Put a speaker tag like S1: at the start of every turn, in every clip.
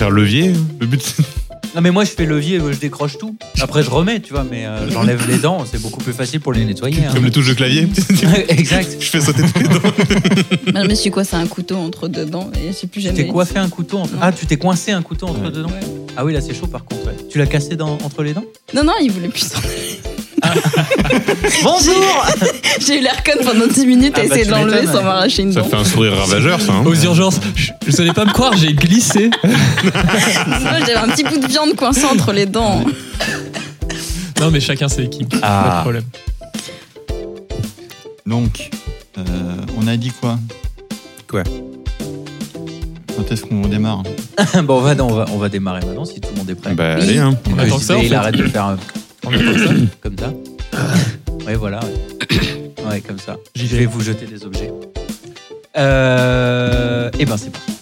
S1: Faire levier. hein. Le but,
S2: Non mais moi je fais levier, je décroche tout. Après je remets, tu vois, mais euh, j'enlève les dents, c'est beaucoup plus facile pour les nettoyer. hein.
S1: comme les touches de clavier.
S2: exact.
S1: Je fais sauter tous les dents.
S3: Non, mais c'est quoi C'est un couteau entre deux dents et j'ai plus
S2: Tu
S3: jamais.
S2: t'es coiffé un couteau entre... Ah tu t'es coincé un couteau entre
S1: Ouais.
S2: deux dents Ah oui là c'est chaud par contre. ouais. Tu l'as cassé dans... entre les dents
S3: Non, non, il voulait plus s'en-
S2: Bonjour
S3: J'ai eu l'air conne pendant 10 minutes
S2: Ah
S3: à
S2: bah,
S3: essayer
S2: tu
S3: de l'enlever
S2: m'étonnes,
S3: sans
S2: ouais.
S3: m'arracher une
S1: Ça
S3: dent.
S1: fait un sourire ravageur, ça. hein.
S2: Euh,
S4: Aux urgences, je, vous allez pas me croire, j'ai glissé.
S3: Moi, J'avais un petit bout de viande coincé entre les dents.
S4: Non, mais chacun ses équipes. Pas de
S5: Ah.
S4: problème.
S6: Donc, euh, on a dit quoi
S5: Quoi
S6: Quand est-ce qu'on démarre
S2: Bon va, on va, on va démarrer maintenant si tout le monde est prêt.
S1: Bah, allez, hein.
S4: On attend que ça, en
S2: Et il
S4: fait.
S2: arrête de faire un- On attend ça Comme ça. Ouais voilà. Ouais, Ouais, comme ça.
S4: J'y
S2: Je vais vous jeter des objets. Euh... Et ben c'est parti.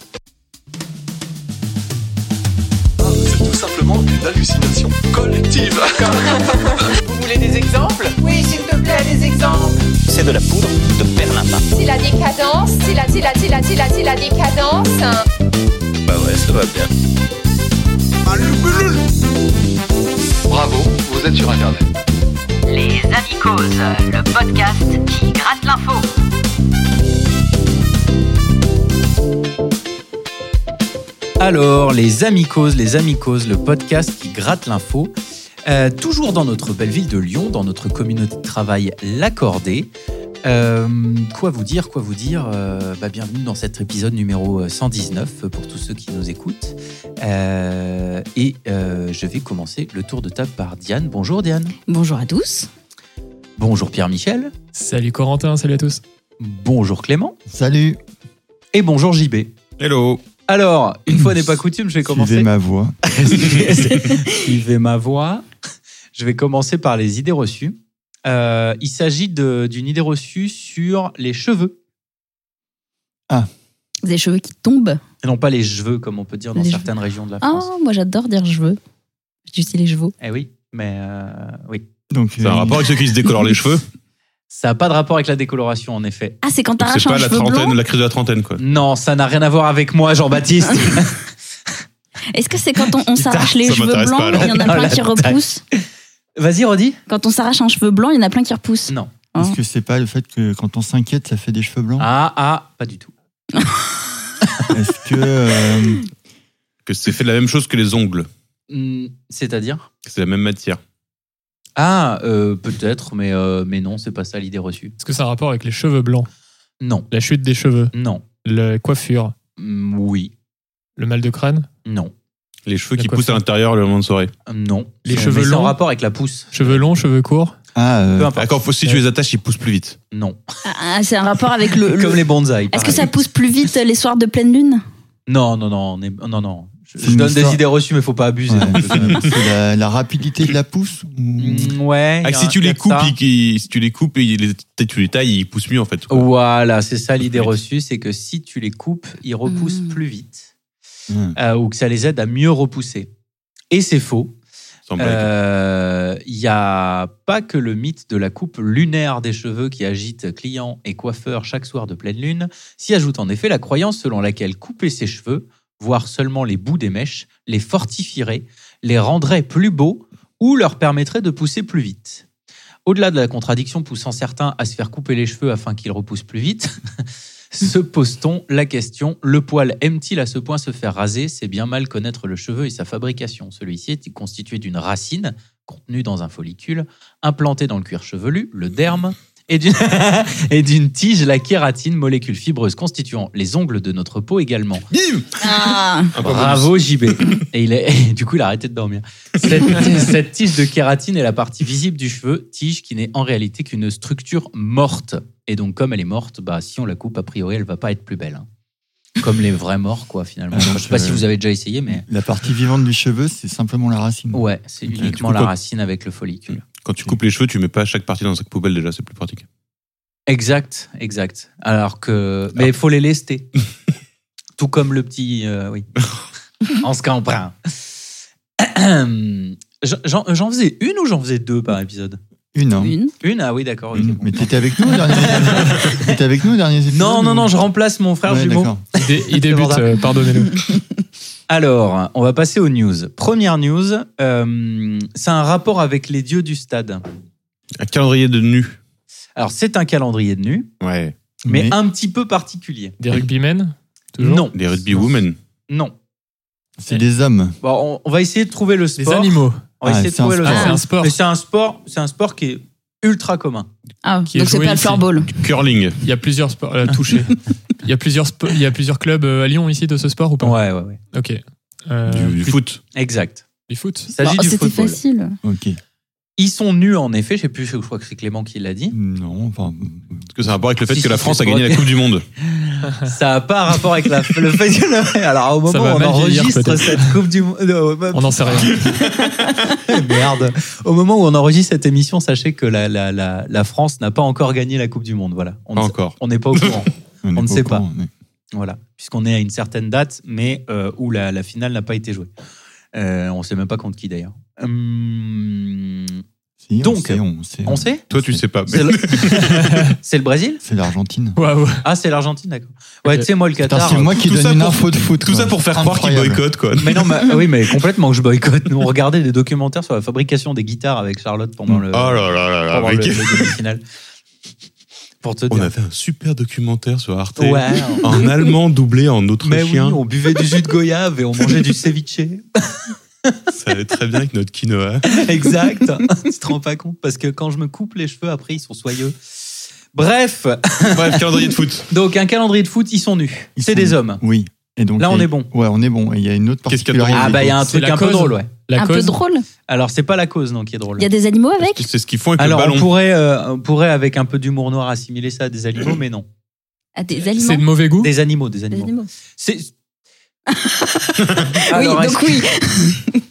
S7: C'est tout simplement une hallucination collective.
S8: Vous voulez des exemples Oui, s'il te plaît, des exemples.
S9: C'est de la poudre de perlimpin.
S10: Si la décadence, si la, si la, si la, si la, si la décadence.
S9: Bah ouais, ça va bien.
S7: Bravo, vous êtes sur Internet.
S11: Les Amicos, le podcast qui gratte l'info.
S2: Alors, les Amicos, les Amicos, le podcast qui gratte l'info. Euh, toujours dans notre belle ville de Lyon, dans notre communauté de travail L'Accordé. Euh, quoi vous dire, quoi vous dire Euh, bah, Bienvenue dans cet épisode numéro euh, 119 pour tous ceux qui nous écoutent. Euh, et euh, je vais commencer le tour de table par Diane. Bonjour Diane.
S3: Bonjour à tous.
S2: Bonjour Pierre-Michel.
S4: Salut Corentin, salut à tous.
S2: Bonjour Clément.
S6: Salut
S2: Et bonjour JB.
S1: Hello.
S2: Alors, une fois n'est pas coutume, je vais
S6: Suivez
S2: commencer.
S6: ma voix.
S2: Suivez ma voix. Je vais commencer par les idées reçues. Euh, il s'agit de- d'une idée reçue sur les cheveux,
S3: Des cheveux qui tombent.
S2: et non pas les cheveux, comme on peut dire dans
S3: Les
S2: certaines régions de la
S3: Ah,
S2: France.
S3: moi j'adore dire cheveux. Je dis les cheveux.
S2: Eh oui, mais euh, oui.
S6: Donc,
S1: C'est un
S6: euh,
S1: rapport avec ceux qui se décolorent les cheveux.
S2: Ça n'a pas de rapport avec la décoloration, en effet.
S3: Ah, c'est quand
S1: Donc, C'est
S3: t'arraches un
S1: pas la
S3: cheveu blanc
S1: trentaine, la crise de la trentaine, quoi.
S2: Non, ça n'a rien à voir avec moi, Jean-Baptiste.
S3: Est-ce que c'est quand on,
S2: Putain,
S3: on s'arrache les
S1: ça
S3: cheveux
S1: m'intéresse pas,
S3: blancs
S1: alors.
S3: Il y en a
S2: Oh la
S3: plein qui
S2: taille.
S3: repoussent.
S2: Vas-y, Rodi.
S3: Quand on s'arrache un cheveu blanc, il y en a plein qui repoussent.
S2: Non.
S6: Est-ce que c'est pas le fait que quand on s'inquiète, ça fait des cheveux blancs
S2: Ah, ah, pas du tout. Ah.
S6: Est-ce que. euh,
S1: Que c'est fait de la même chose que les ongles.
S2: Hmm, C'est-à-dire
S1: C'est la même matière.
S2: Ah, euh, peut-être, mais, euh, mais non, c'est pas ça l'idée reçue.
S4: Est-ce que ça a un rapport avec les cheveux blancs
S2: Non,
S4: La chute des cheveux,
S2: non,
S4: la coiffure,
S2: Hmm, oui,
S4: le mal de crâne,
S2: non,
S1: Les cheveux
S4: La
S1: qui
S4: coiffure.
S1: poussent à l'intérieur le moment de soirée.
S2: non.
S4: Les
S2: Mais
S4: cheveux
S2: c'est en
S4: longs
S2: rapport avec la pousse.
S4: cheveux longs, cheveux courts.
S6: ah, euh,
S2: Peu importe.
S1: Ah, quand faut- si tu les attaches, ils poussent plus vite.
S2: Non.
S3: Ah, c'est un rapport avec le. le-
S2: Comme les bonsaïs.
S3: Est-ce
S2: pareil.
S3: que ça pousse plus vite les soirs de pleine lune
S2: Non, non, non, on est- non, non. Je,
S6: C'est
S2: je
S6: une
S2: donne
S6: histoire.
S2: des idées reçues, mais faut pas abuser. hein,
S6: ouais, c'est- c'est la, la rapidité de la pousse ou-
S2: Mm, ouais.
S1: Ah,
S2: y a
S1: si
S2: un-
S1: tu
S2: y a
S1: les
S2: de
S1: coupes,
S2: ça.
S1: ils- ils- si tu les coupes et ils les- peut-être tu les tailles, ils poussent mieux en fait.
S2: Oh.
S1: quoi.
S2: Voilà, c'est ça
S1: Plus
S2: l'idée
S1: vite.
S2: reçue, c'est que si tu les coupes, ils repoussent
S3: Mm.
S2: plus vite
S6: Mm.
S2: euh, ou que ça les aide à mieux repousser. Et c'est faux.
S1: Sans
S2: Il
S1: blague.
S2: n'y Euh, a pas que le mythe de la coupe lunaire des cheveux qui agite clients et coiffeurs chaque soir de pleine lune. S'y ajoute en effet la croyance selon laquelle couper ses cheveux, voire seulement les bouts des mèches, les fortifierait, les rendrait plus beaux ou leur permettrait de pousser plus vite. Au-delà de la contradiction poussant certains à se faire couper les cheveux afin qu'ils repoussent plus vite, se pose-t-on la question le poil aime-t-il à ce point se faire raser C'est bien mal connaître le cheveu et sa fabrication. Celui-ci est constitué d'une racine contenue dans un follicule, implantée dans le cuir chevelu, le derme, et d'une et d'une tige, la kératine, molécule fibreuse constituant les ongles de notre peau également.
S1: Bim
S3: Ah
S1: Un peu bonus.
S2: Bravo JB. Et il est, du coup, il a arrêté de dormir. Cette, cette tige de kératine est la partie visible du cheveu, tige qui n'est en réalité qu'une structure morte. Et donc, comme elle est morte, bah, si on la coupe, a priori, elle va pas être plus belle. hein. Comme les vrais morts, quoi, finalement.
S6: Ah,
S2: Enfin,
S6: donc,
S2: je sais pas si
S6: euh,
S2: vous avez déjà essayé, mais
S6: La partie vivante du cheveu, c'est simplement la racine.
S2: ouais, c'est
S6: Ok, du
S2: uniquement
S1: coup,
S2: la
S1: quand-
S2: racine avec le follicule.
S1: Quand tu coupes les cheveux, tu mets pas chaque partie dans sa poubelle déjà, c'est plus pratique.
S2: Exact, exact. Alors que, mais il faut les lester. Tout comme le petit, euh, oui. en ce cas, on prend. J'en- J'en j'en faisais une ou j'en faisais deux par épisode
S6: Une. hein.
S3: Une.
S2: Une, ah oui, d'accord. ok,
S6: Une.
S2: bon.
S6: Mais t'étais avec nous au dernier. t'étais avec nous au dernier épisode
S2: Non, non,
S6: ou-
S2: non, je remplace mon frère
S6: Ouais,
S2: jumeau.
S6: d'accord.
S4: Il, dé- il
S2: C'est
S4: débute,
S2: vendeur.
S4: euh, pardonnez-le.
S2: Alors, on va passer aux news. Première news, euh, c'est un rapport avec les dieux du stade.
S1: Un calendrier de nu.
S2: Alors, c'est un calendrier de nu,
S1: Ouais.
S2: mais un petit peu particulier.
S4: Des rugbymen Toujours
S2: Non,
S1: Les rugby women.
S2: non.
S6: C'est des hommes.
S2: Bon, on, on va essayer de trouver le
S4: Des
S2: sport.
S4: animaux.
S2: On va
S6: Ah,
S2: essayer de
S6: c'est un
S2: trouver le
S6: sport.
S4: Ah, c'est
S2: sport.
S4: un sport.
S2: Mais c'est un sport, c'est un sport qui est ultra commun.
S3: Ah,
S4: Qui est
S3: donc c'est
S4: joué
S3: pas le
S4: ici.
S3: floorball.
S1: Du curling.
S4: Il y a plusieurs sports. euh, touché. il, y a plusieurs spo- il y a plusieurs clubs euh, à Lyon ici de ce sport ou pas
S2: Ouais, ouais, ouais.
S4: Ok. Euh,
S1: Du, du
S4: plus-
S1: foot.
S2: Exact.
S4: du foot
S2: Il s'agit
S3: Bon,
S2: du
S3: Oh, Bah, C'était
S2: football.
S3: facile.
S6: Ok.
S2: Ils sont nus en effet. Je sais plus. Je crois que c'est Clément qui l'a dit.
S6: Non, enfin.
S1: Est-ce que ça a rapport avec le fait
S2: Si,
S1: que la
S2: si,
S1: France
S2: c'est
S1: a gagné
S2: pour-
S1: la Coupe du Monde
S2: Ça n'a pas rapport avec la- le fait que. Alors au
S4: Ça
S2: moment
S4: va
S2: où on
S4: mal vieillir,
S2: enregistre
S4: peut-être.
S2: cette Coupe du Monde. euh,
S4: On n'en sait rien.
S2: Merde. Au moment où on enregistre cette émission, sachez que la, la, la, la France n'a pas encore gagné la Coupe du Monde. Voilà. On
S1: Pas
S2: ne-
S1: encore.
S2: on n'est pas au courant.
S6: On est
S2: ne
S6: au
S2: sait
S6: courant, mais-
S2: Voilà, puisqu'on est à une certaine date, mais euh, où la, la finale n'a pas été jouée. Euh, on ne sait même pas contre qui d'ailleurs. Hum,
S6: Si, on
S2: Donc,
S6: sait, on sait.
S2: on sait
S1: Toi, tu sais pas. mais-
S2: C'est le... c'est le Brésil
S6: C'est l'Argentine.
S4: Waouh.
S2: Ah, c'est l'Argentine, d'accord. Ouais,
S4: Ok.
S2: tu sais, moi, le
S6: Putain,
S2: Qatar. euh,
S6: C'est moi qui
S1: tout ça
S6: donne une
S1: pour-
S6: info de foot.
S1: Tout ça
S6: quoi.
S1: pour faire croire qu'ils
S6: Incroyable.
S1: boycottent, quoi.
S2: Mais non, mais- ah oui, mais complètement que je boycotte. Nous, on regardait des documentaires sur la fabrication des guitares avec Charlotte pendant le,
S1: Oh là là là là,
S2: pendant
S1: mec.
S2: le- le demi-finale. Pour te
S1: On
S2: dire.
S1: a fait un super documentaire sur Arte.
S2: Ouais.
S1: En allemand doublé en
S2: Mais oui,
S1: autrichien.
S2: on buvait du jus de goyave et on mangeait du ceviche.
S1: Ça allait très bien avec notre quinoa.
S2: Exact. tu te rends pas compte parce que quand je me coupe les cheveux, après, ils sont soyeux. Bref,
S1: Bref, calendrier de foot.
S2: donc un calendrier de foot, ils sont nus.
S6: Ils
S2: C'est
S6: sont
S2: des
S6: nus.
S2: hommes.
S6: Oui. Et donc,
S2: Là,
S6: il y
S2: on
S6: a-
S2: est bon.
S6: Ouais, on est bon. Et il y a une autre
S1: Qu'est-ce qu'il y a
S6: particularité.
S1: dedans
S2: Ah bah il y a un
S4: C'est
S2: truc
S4: la
S2: un peu
S4: cause.
S2: drôle, ouais.
S4: La
S3: un peu
S4: cause.
S3: drôle.
S2: Alors c'est pas la cause non qui est drôle.
S3: Il y a des animaux avec
S1: C'est ce qu'ils font avec
S2: Alors
S1: le
S2: on
S1: ballon.
S2: pourrait, euh, on pourrait avec un peu d'humour noir assimiler ça à des animaux,
S6: Mmh.
S2: mais non.
S3: Ah, Des
S4: C'est de
S3: aliments.
S4: mauvais goût
S2: Des animaux, des
S3: Des
S2: animaux.
S3: animaux.
S2: C'est.
S3: Oui,
S2: Alors, est-ce
S3: donc
S2: que-
S3: oui.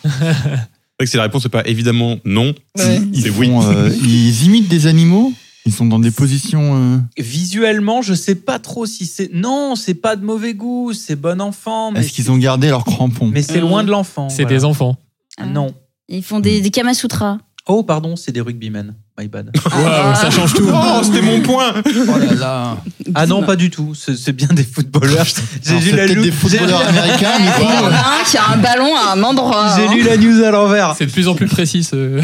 S1: C'est vrai que si la réponse n'est pas évidemment non,
S3: Ouais.
S1: c'est
S6: Ils,
S1: oui.
S6: font, euh, ils imitent des animaux. Ils sont dans des positions. euh,
S2: Visuellement, je sais pas trop si c'est. Non, c'est pas de mauvais goût, c'est bon enfant, Ah, mais
S6: Est-ce qu'ils ont gardé leurs crampons
S2: mais c'est loin de l'enfant.
S4: C'est
S2: voilà.
S4: des enfants.
S2: Ah, Non.
S3: Ils font des, des kamasutras.
S2: Oh pardon, c'est des rugbymen. My bad.
S4: Waouh,
S3: Ah,
S4: ça change tout.
S1: Oh, c'était mon point
S6: Oh là là
S2: Ah non, pas du tout. C'est c'est bien des footballeurs. J'ai
S6: Alors,
S2: lu
S6: c'est
S2: la Ah,
S6: peut-être
S2: loupe.
S6: des footballeurs
S2: J'ai-
S6: américains, mais
S3: Il y en
S6: bon,
S3: a un qui a un ballon à un endroit.
S2: J'ai
S3: hein.
S2: lu la news à l'envers.
S4: C'est de plus en plus précis. ce-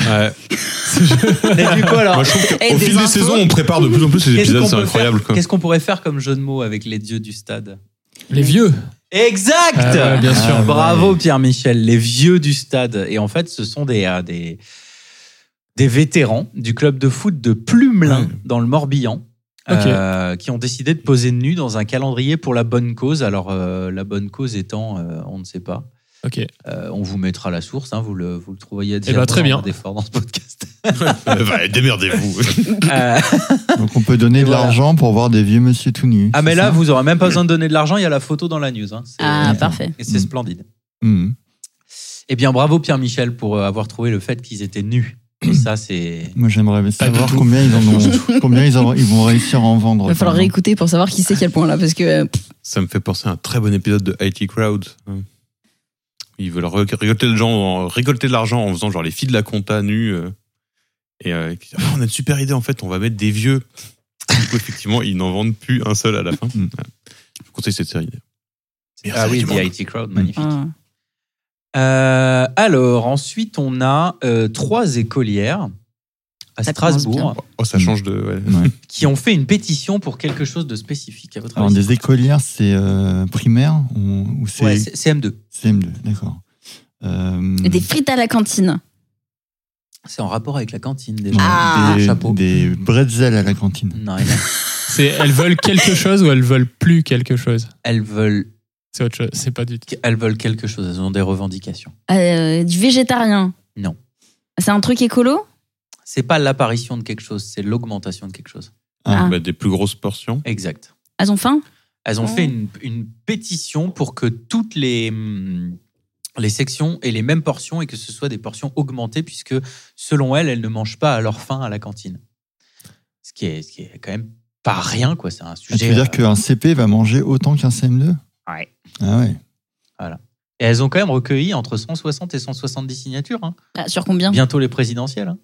S2: Mais du coup, alors,
S1: Moi, je trouve
S3: Et
S1: qu'au
S3: des
S1: fil des
S3: infos.
S1: saisons, on prépare de plus en plus les
S2: Qu'est-ce
S1: épisodes,
S2: qu'on
S1: c'est
S2: peut
S1: incroyable. quoi.
S2: Qu'est-ce qu'on pourrait faire comme jeu de mots avec les dieux du stade
S4: Les vieux.
S2: Exact
S4: Ah ouais, bien sûr.
S6: Ah ouais.
S2: Bravo Pierre-Michel, les vieux du stade. Et en fait, ce sont des, euh, des, des vétérans du club de foot de Plumelin, dans le Morbihan.
S4: Ok.
S2: euh, qui ont décidé de poser nus dans un calendrier pour la bonne cause. Alors, euh, la bonne cause étant, euh, on ne sait pas.
S4: Ok.
S2: Euh, on vous mettra la source, hein, vous, le, vous le trouverez à
S4: ben, très bien.
S2: d'efforts dans ce podcast.
S1: Euh, bah, Démerdez-vous.
S2: Euh,
S6: Donc on peut donner
S2: Et
S6: de
S2: voilà.
S6: l'argent pour voir des vieux monsieur tout nus.
S2: ah, mais
S6: c'est
S2: là,
S6: ça
S2: vous n'aurez même pas besoin de donner de l'argent, il y a la photo dans la news. hein. C'est-
S3: Ah, parfait.
S2: et c'est
S6: Mm.
S2: splendide.
S6: Mhm.
S2: Eh bien, bravo Pierre-Michel pour euh, avoir trouvé le fait qu'ils étaient nus. Et ça, c'est.
S6: Moi j'aimerais
S4: du
S6: savoir
S4: tout.
S6: combien ils en ont, combien ils, en- ils vont réussir à en vendre.
S3: Il va falloir réécouter pour savoir qui c'est quel point là. Parce que euh, pff,
S1: Ça me fait penser à un très bon épisode de IT Crowd. hein. Ils veulent re- récolter, le genre- récolter de l'argent en faisant genre les filles de la compta nues. euh, et euh, qui disent, Ah, on a une super idée en fait, on va mettre des vieux. Du coup, effectivement, ils n'en vendent plus un seul à la fin.
S6: Mm.
S1: Je vous conseille cette série. Meilleure
S2: Ah
S1: série
S2: oui,
S1: du
S2: The
S1: monde.
S2: IT Crowd,
S6: Mm.
S2: magnifique.
S3: ah,
S4: Hmm.
S2: Euh, alors, ensuite, on a euh, trois écolières à
S3: Ça commence
S2: Strasbourg
S1: Oh, ça change de. ouais.
S2: qui ont fait une pétition pour quelque chose de spécifique, à votre
S6: Alors
S2: avis
S6: des écolières, c'est euh, primaire ou, ou c'est
S2: Ouais, c'est- CM2.
S6: CM2 D'accord. Euh,
S3: des frites à la cantine.
S2: C'est en rapport avec la cantine
S6: des-
S2: déjà.
S3: Ah,
S6: des,
S2: chapeau.
S6: des bretzels à la cantine.
S2: Non, elles,
S4: C'est elles veulent quelque chose ou elles veulent plus quelque chose.
S2: elles veulent,
S4: C'est autre chose. C'est pas du tout.
S2: elles veulent quelque chose, elles ont des revendications.
S3: Euh, du végétarien.
S2: Non.
S3: C'est un truc écolo
S2: C'est pas l'apparition de quelque chose, c'est l'augmentation de quelque chose.
S3: Ah.
S1: Bah, des plus grosses portions.
S2: Exact.
S3: Elles ont faim
S2: Elles ont
S3: Oh.
S2: fait une, une pétition pour que toutes les, hum, les sections aient les mêmes portions et que ce soit des portions augmentées, puisque selon elles, elles ne mangent pas à leur faim à la cantine. Ce qui est, ce qui est quand même pas rien, quoi. C'est un
S6: Ah, tu
S2: sujet.
S6: veux
S2: euh,
S6: dire qu'un CP va manger autant qu'un CM2
S2: Ouais.
S6: Ah ouais.
S2: Et elles ont quand même recueilli entre 160 et 170 signatures. hein.
S3: Ah, Sur combien
S2: Bientôt les présidentielles. hein.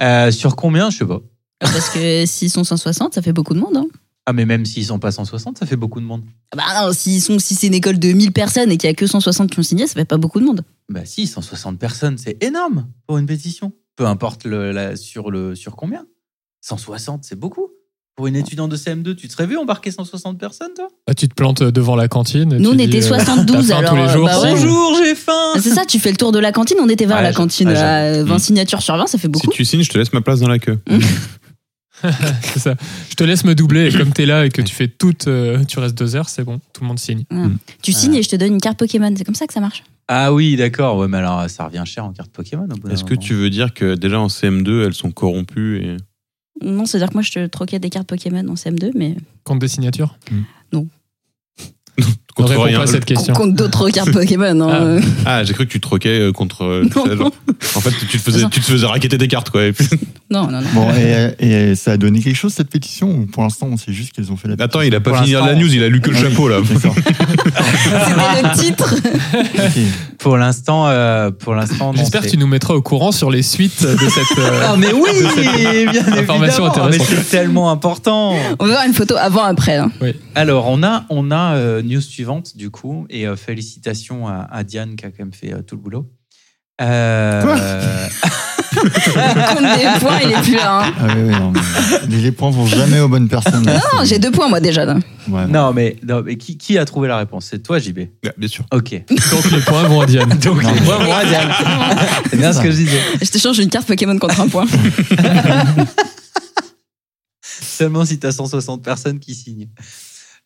S2: Euh, sur combien Je sais pas.
S3: Parce que s'ils sont 160, ça fait beaucoup de monde. hein.
S2: Ah, mais même s'ils sont pas 160, ça fait beaucoup de monde.
S3: Ah Bah non, s'ils sont, si c'est une école de 1000 personnes et qu'il y a que 160 qui ont signé, ça fait pas beaucoup de monde.
S2: Bah si, 160 personnes, c'est énorme pour une pétition. Peu importe le, la- sur, le, sur combien. 160, c'est beaucoup. Pour une étudiante de CM2, tu te serais vu embarquer 160 personnes, toi
S4: Ah, tu te plantes devant la cantine. et
S3: Nous,
S4: tu
S3: on
S4: dis,
S3: était
S4: euh,
S3: 72,
S4: t'as faim
S3: alors,
S4: tous les
S3: euh,
S4: jours,
S3: bah ouais.
S4: si- Ah
S2: Bonjour, j'ai faim
S3: Ah, C'est ça, tu fais le tour de la cantine, on était vers
S2: Ouais,
S3: la
S2: j'a-
S3: cantine, euh,
S2: ouais,
S3: à 20
S1: Mm.
S3: signatures sur 20, ça
S1: Si
S3: fait beaucoup.
S1: tu signes, je te laisse ma place dans la queue.
S4: C'est ça. Je te laisse me doubler et comme t'es là et que tu fais toute, euh, tu restes deux heures, c'est bon, tout le monde signe.
S3: Tu signes et je te donne une carte Pokémon, c'est comme ça que ça marche.
S2: Ah oui, d'accord. Ouais, mais alors, ça revient cher en carte Pokémon. au bout d'un
S1: Est-ce que
S2: moment.
S1: tu veux dire que déjà en CM2, elles sont corrompues et...
S3: Non, c'est-à-dire que moi, je te troquais des cartes Pokémon en CM2, mais
S4: Compte des signatures Ne
S1: Contre
S4: réponds
S1: rien.
S4: pas à cette question.
S3: contre d'autres cartes Pokémon. hein,
S4: Ah.
S3: euh.
S1: Ah, j'ai cru que tu te troquais euh, contre. euh, tu sais, genre- en fait, tu te faisais, tu te faisais raqueter des cartes, quoi. Et puis-
S3: Non, non, non.
S6: Bon, et, et ça a donné quelque chose cette pétition ou pour l'instant on sait juste qu'elles ont fait la
S1: Attends, il a pas
S4: Pour
S1: fini de lire la
S4: l'instant-
S1: news, il a lu que le chapeau, là.
S6: D'accord.
S3: C'était le titre.
S6: Ok.
S2: Pour l'instant, euh, pour l'instant, non,
S4: J'espère que
S2: c'est-
S4: tu nous mettras au courant sur les suites de cette. euh,
S2: Ah mais oui, bien
S4: Information
S2: évidemment. Mais
S4: intéressante.
S2: c'est tellement important.
S3: On va voir une photo avant-après. hein.
S2: Alors on a on a euh, news suivante du coup et euh, félicitations à, à Diane qui a quand même fait euh, tout le boulot. Euh,
S6: Quoi
S2: euh,
S3: Compte des points, il est plus là. hein.
S6: Ah ouais, ouais, non, mais les les points vont jamais aux bonnes personnes.
S3: Non, j'ai deux points, moi, déjà. là.
S6: Ouais.
S2: non mais non mais qui, qui a trouvé la réponse C'est toi JB.
S1: Ouais, Bien sûr.
S2: Ok.
S4: Donc les points vont à Diane.
S2: Donc
S6: Non.
S2: les points vont à Diane. C'est bien ce que je disais.
S3: Je te change une carte Pokémon contre un point.
S2: Seulement si tu as 160 personnes qui signent.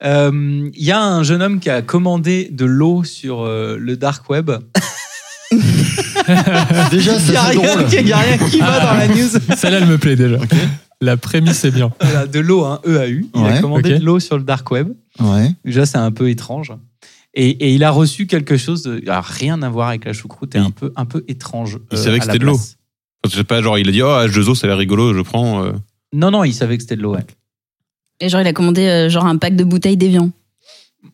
S2: Euh, Il y a un jeune homme qui a commandé de l'eau sur euh, le dark web.
S6: Déjà,
S2: Il n'y a,
S6: ça c'est
S2: rien
S6: drôle.
S2: qui- y a rien qui va dans la news.
S4: Celle-là, elle me plaît déjà.
S6: Ok.
S4: La prémisse est bien.
S2: Voilà, de l'eau, hein, EAU. Il a
S6: Ouais,
S2: commandé
S4: ok.
S2: de l'eau sur le dark web.
S6: Ouais.
S2: Déjà, c'est un peu étrange. Et, et il a reçu quelque chose, de, alors, rien à voir avec la choucroute, et
S1: Il-
S2: un peu, un peu étrange.
S1: il
S2: euh,
S1: savait que
S2: à la
S1: c'était de l'eau.
S2: place.
S1: Enfin, Je sais pas, genre, il a dit, oh, H2O, ça a l'air rigolo, je prends. euh.
S2: Non, non, il savait que c'était de l'eau. ouais.
S3: Et genre, il a commandé euh, genre un pack de bouteilles d'évian.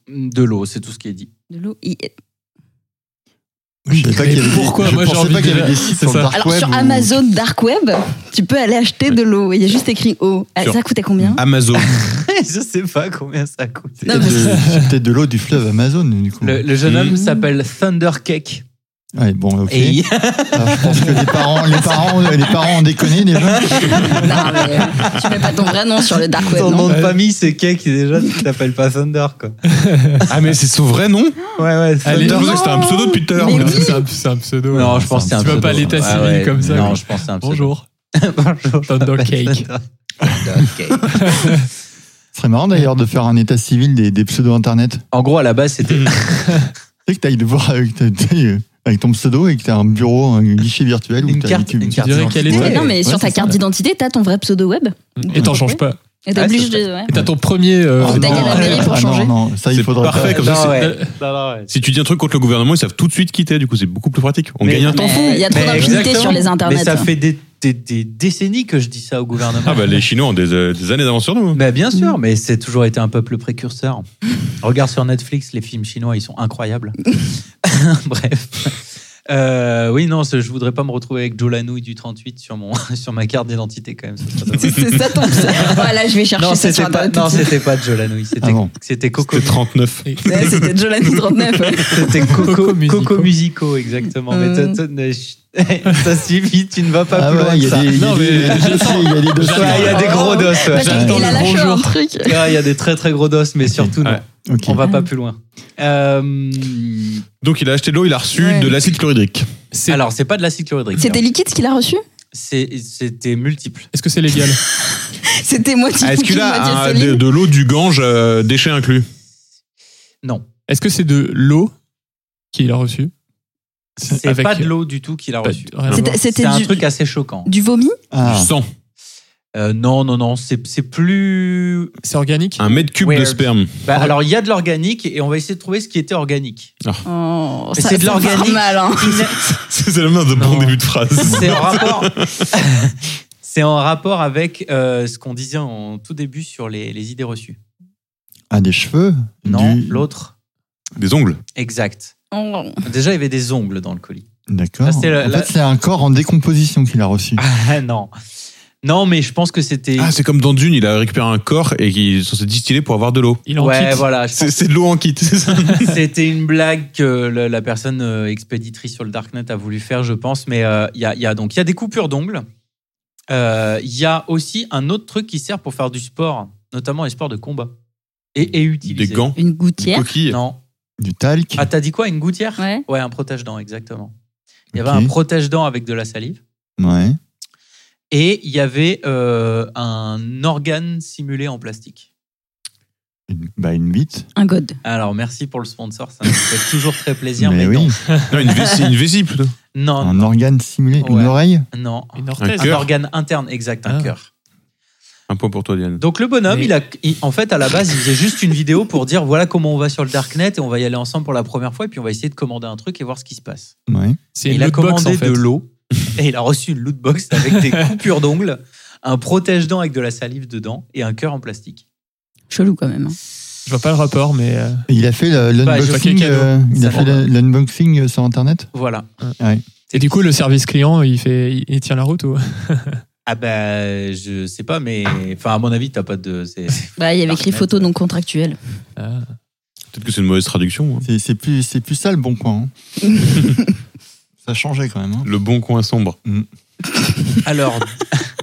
S2: De l'eau, c'est tout ce qui est dit.
S3: De l'eau. il-
S6: Je savais pas qu'il y avait-
S4: pourquoi
S6: je
S4: Moi, j'ai
S6: pensais
S4: envie
S6: pas qu'il y
S4: de-
S6: avait des sites
S4: c'est
S6: sur le
S4: ça.
S6: dark
S3: Alors,
S6: web
S3: sur
S6: où-
S3: Amazon Dark Web, tu peux aller acheter de l'eau. Il y a juste écrit eau. Ah,
S1: Sur-
S3: Ça coûtait combien
S1: Amazon.
S2: Je sais pas combien ça coûte.
S3: Non,
S6: Peut-être
S3: mais
S6: de- c'est peut-être de l'eau du fleuve Amazon, du coup.
S2: Le, le jeune
S1: Mmh.
S2: homme s'appelle Thunder Cake.
S6: Ouais, bon, ok.
S2: Et il-
S6: Alors, Euh, je pense que les parents, les parents, euh, les parents ont déconné déjà.
S3: Non, mais euh, tu mets pas ton vrai nom sur le Dark Web,
S2: Ton nom
S3: non
S2: de famille, c'est Cake, et déjà, tu t'appelles pas Thunder, quoi.
S1: ah, mais c'est son vrai nom
S2: Ouais, ouais,
S1: Je
S4: Allez,
S1: pensais que c'était un pseudo depuis tout à l'heure.
S3: Mais
S4: Non,
S3: oui.
S4: C'est un, c'est un pseudo.
S2: Non, je pense que c'est un
S4: Tu vas
S2: pseudo.
S4: pas à l'état
S2: Ah
S4: civil
S2: ouais,
S4: comme ça.
S2: Non,
S4: quoi.
S2: je pense que c'est un pseudo.
S4: Bonjour.
S2: Bonjour. je
S4: Thunder
S2: m'appelle
S4: Cake.
S2: Thunder Cake.
S6: Ce serait marrant d'ailleurs de faire un état civil des, des pseudos internet. Tu
S2: En gros, à la base, c'était
S6: sais que t'ailles devoir avec, ta- t'ailles, euh, avec ton pseudo et que t'as un bureau, un guichet virtuel où
S2: Une
S6: t'as-
S2: carte-
S6: tu-
S2: une
S6: tu
S2: carte
S6: dis-
S4: dirais qu'elle est-
S3: Mais
S4: Ouais.
S3: non, mais sur
S4: Ouais,
S3: ta
S4: c'est
S3: carte
S4: ça.
S3: d'identité, t'as ton vrai pseudo web.
S4: Et t'en changes pas.
S3: Et
S2: Ah,
S3: t'es obligé
S2: c'est
S3: de. ouais.
S4: Et t'as ton premier. euh,
S2: Oh,
S3: Faut d'aller à la mairie pour
S6: Ah
S3: changer.
S6: non, non, ça il
S1: C'est
S6: faudrait
S1: parfait
S6: pas.
S1: comme ça.
S2: Non,
S1: c'est-
S2: ouais. Non, non, ouais.
S1: Si tu dis un truc contre le gouvernement, ils savent tout de suite quitter, du coup, c'est beaucoup plus pratique. On
S2: Mais-
S1: gagne un temps.
S2: T'en
S3: Mais
S2: fous.
S3: Il y a trop
S2: Mais
S3: d'impunité
S2: exactement.
S3: sur les internets.
S2: Mais ça
S3: hein.
S2: fait des, des- des décennies que je dis ça au gouvernement.
S1: Ah, bah, les Chinois ont des, euh, des années d'avance sur nous. hein.
S2: Bah, bien
S3: Mm.
S2: sûr, mais c'est toujours été un peuple précurseur. Regarde sur Netflix, les films chinois, ils sont incroyables. Bref. Euh, oui, non, ce- je voudrais pas me retrouver avec Joe Lanouille du 38 sur, mon, sur ma carte d'identité quand même. ce serait dommage.
S3: C'est ça ton Voilà, je vais chercher
S2: non,
S3: ça sur
S2: c'était pas,
S3: Internet.
S2: non,
S3: tout de suite.
S2: c'était pas Joe Lanouille, c'était
S6: Ah bon.
S2: c'était Coco.
S1: C'était 39.
S3: Ouais, C'était Jolani 39. ouais.
S2: C'était Coco,
S4: Coco
S2: Coco Musico.
S4: Musico.
S2: exactement.
S3: Euh.
S2: Mais t'as- t'as- ne- ça suffit, tu ne vas pas
S6: Ah
S2: plus
S6: ouais,
S2: loin
S6: il
S2: que
S6: y a
S2: ça.
S6: des- il y a
S4: Non,
S6: des-
S4: mais
S6: il y a des dossiers, il y a des dossiers.
S2: Ah, Il y a des gros dos. ouais.
S3: Parce qu'il
S4: J'attends
S3: a
S4: le
S3: lâché un
S4: bonjour.
S3: truc.
S2: Ah, Il y a des très très gros dos, mais surtout, non.
S1: Ouais.
S6: Ok.
S2: on va pas plus loin. Euh,
S1: Donc, il a acheté de l'eau, il a reçu
S3: Ouais.
S1: de l'acide chlorhydrique.
S4: C'est-
S2: alors, c'est pas de l'acide chlorhydrique.
S3: C'était liquide ce qu'il a reçu
S2: C'est- C'était multiple.
S4: Est-ce que c'est légal
S3: C'était moitié
S1: Ah, Est-ce qu'il
S3: liquide, moitié
S1: a un-
S3: solide.
S1: de, de l'eau du Gange, euh, déchets inclus
S2: Non.
S4: Est-ce que c'est de l'eau qu'il a reçue
S2: C'est
S4: Avec-
S2: pas de l'eau du tout qu'il a
S4: Pas-
S2: reçu.
S4: rien à
S3: C'était-
S4: voir.
S2: C'est
S3: Ah, C'était
S2: un
S3: du,
S2: truc assez choquant.
S3: du vomi
S1: Du
S6: Ah,
S1: sang.
S2: Euh, non, non, non, c'est c'est plus.
S4: C'est organique
S1: Un mètre cube de
S2: Weird.
S1: sperme.
S2: Bah,
S4: Ah.
S2: alors, il y a de l'organique et on va essayer de trouver ce qui était organique.
S3: Oh,
S2: Mais
S3: ça-
S2: c'est de
S3: ça part
S2: l'organique.
S3: mal, hein.
S2: Ina-
S1: C'est la main de
S2: Non.
S1: bon début de phrase.
S2: C'est en rapport. C'est en rapport avec euh, ce qu'on disait en tout début sur les, les idées reçues.
S6: ah, des cheveux
S2: Non,
S6: du-
S2: l'autre.
S1: Des ongles.
S2: Exact.
S3: Oh.
S2: Déjà, il y avait des ongles dans le colis.
S6: D'accord.
S2: Ça, c'est la- Ah.
S6: en
S2: la-
S6: fait, c'est un corps en décomposition qu'il a reçu.
S2: Ah non. Non, mais je pense que c'était.
S1: Ah, c'est comme dans Dune, il a récupéré un corps et il est censé distiller pour avoir de l'eau.
S4: Il en
S2: ouais,
S4: quitte.
S2: voilà. je pense
S1: C'est c'est de l'eau en kit, c'est ça
S2: C'était une blague que le- la personne euh, expéditrice sur le Darknet a voulu faire, je pense. Mais euh, il y, a, il y a donc il y a des coupures d'ongles. Euh, Il y a aussi un autre truc qui sert pour faire du sport, notamment les sports de combat. Et, et utilisé.
S1: Des gants,
S3: Une
S1: des
S3: gouttière.
S1: coquilles.
S2: Non.
S6: Du talc.
S2: Ah, t'as dit quoi Une gouttière
S3: Ouais.
S2: un protège-dents, exactement. Il y
S6: Ok.
S2: avait un protège-dents avec de la salive.
S6: Ouais.
S2: Et il y avait euh, un organe simulé en plastique.
S6: Une- Bah, une bite.
S3: Un god.
S2: Alors, merci pour le sponsor, ça me fait toujours très plaisir. Mais,
S6: mais oui.
S2: non.
S1: Non, une vessie, une vessie plutôt.
S2: Non,
S6: Un organe simulé.
S2: Ah. Ouais.
S6: Une oreille.
S2: non.
S4: Une orthèse.
S2: Un
S1: Cœur.
S2: organe interne, exact, un
S4: Ah.
S2: cœur.
S1: Un point pour toi, Diane.
S2: Donc le bonhomme,
S4: Mais-
S2: il a, il- en fait, à la base, il faisait juste une vidéo pour dire voilà comment on va sur le darknet et on va y aller ensemble pour la première fois et puis on va essayer de commander un truc et voir ce qui se passe.
S6: Ouais.
S4: C'est
S2: Et
S4: une
S2: il a
S4: loot box,
S2: commandé
S4: en fait.
S2: de l'eau et il a reçu une loot box avec des coupures d'ongles, un protège-dents avec de la salive dedans et un cœur en plastique.
S3: Chelou quand même. hein.
S4: Je vois pas le rapport, mais euh,
S6: Et Il a fait le-
S2: je
S4: fais
S6: l'unboxing.
S4: cadeau.
S6: euh, Il a
S2: Ça
S6: fait
S2: va.
S6: le- l'unboxing euh, sur internet.
S2: Voilà.
S4: et du coup le service client il fait il, il tient la route ou
S2: Ah ben, je sais pas, mais enfin à mon avis, t'as pas de. c'est-
S3: Bah, il y avait écrit
S2: Darknet,
S3: photo
S2: ouais.
S3: non contractuelle.
S4: Ah.
S1: Peut-être que c'est une mauvaise traduction. hein.
S6: C'est- C'est plus, c'est plus ça le bon coin. hein. ça changeait quand même. hein.
S1: Le bon coin sombre.
S2: Alors,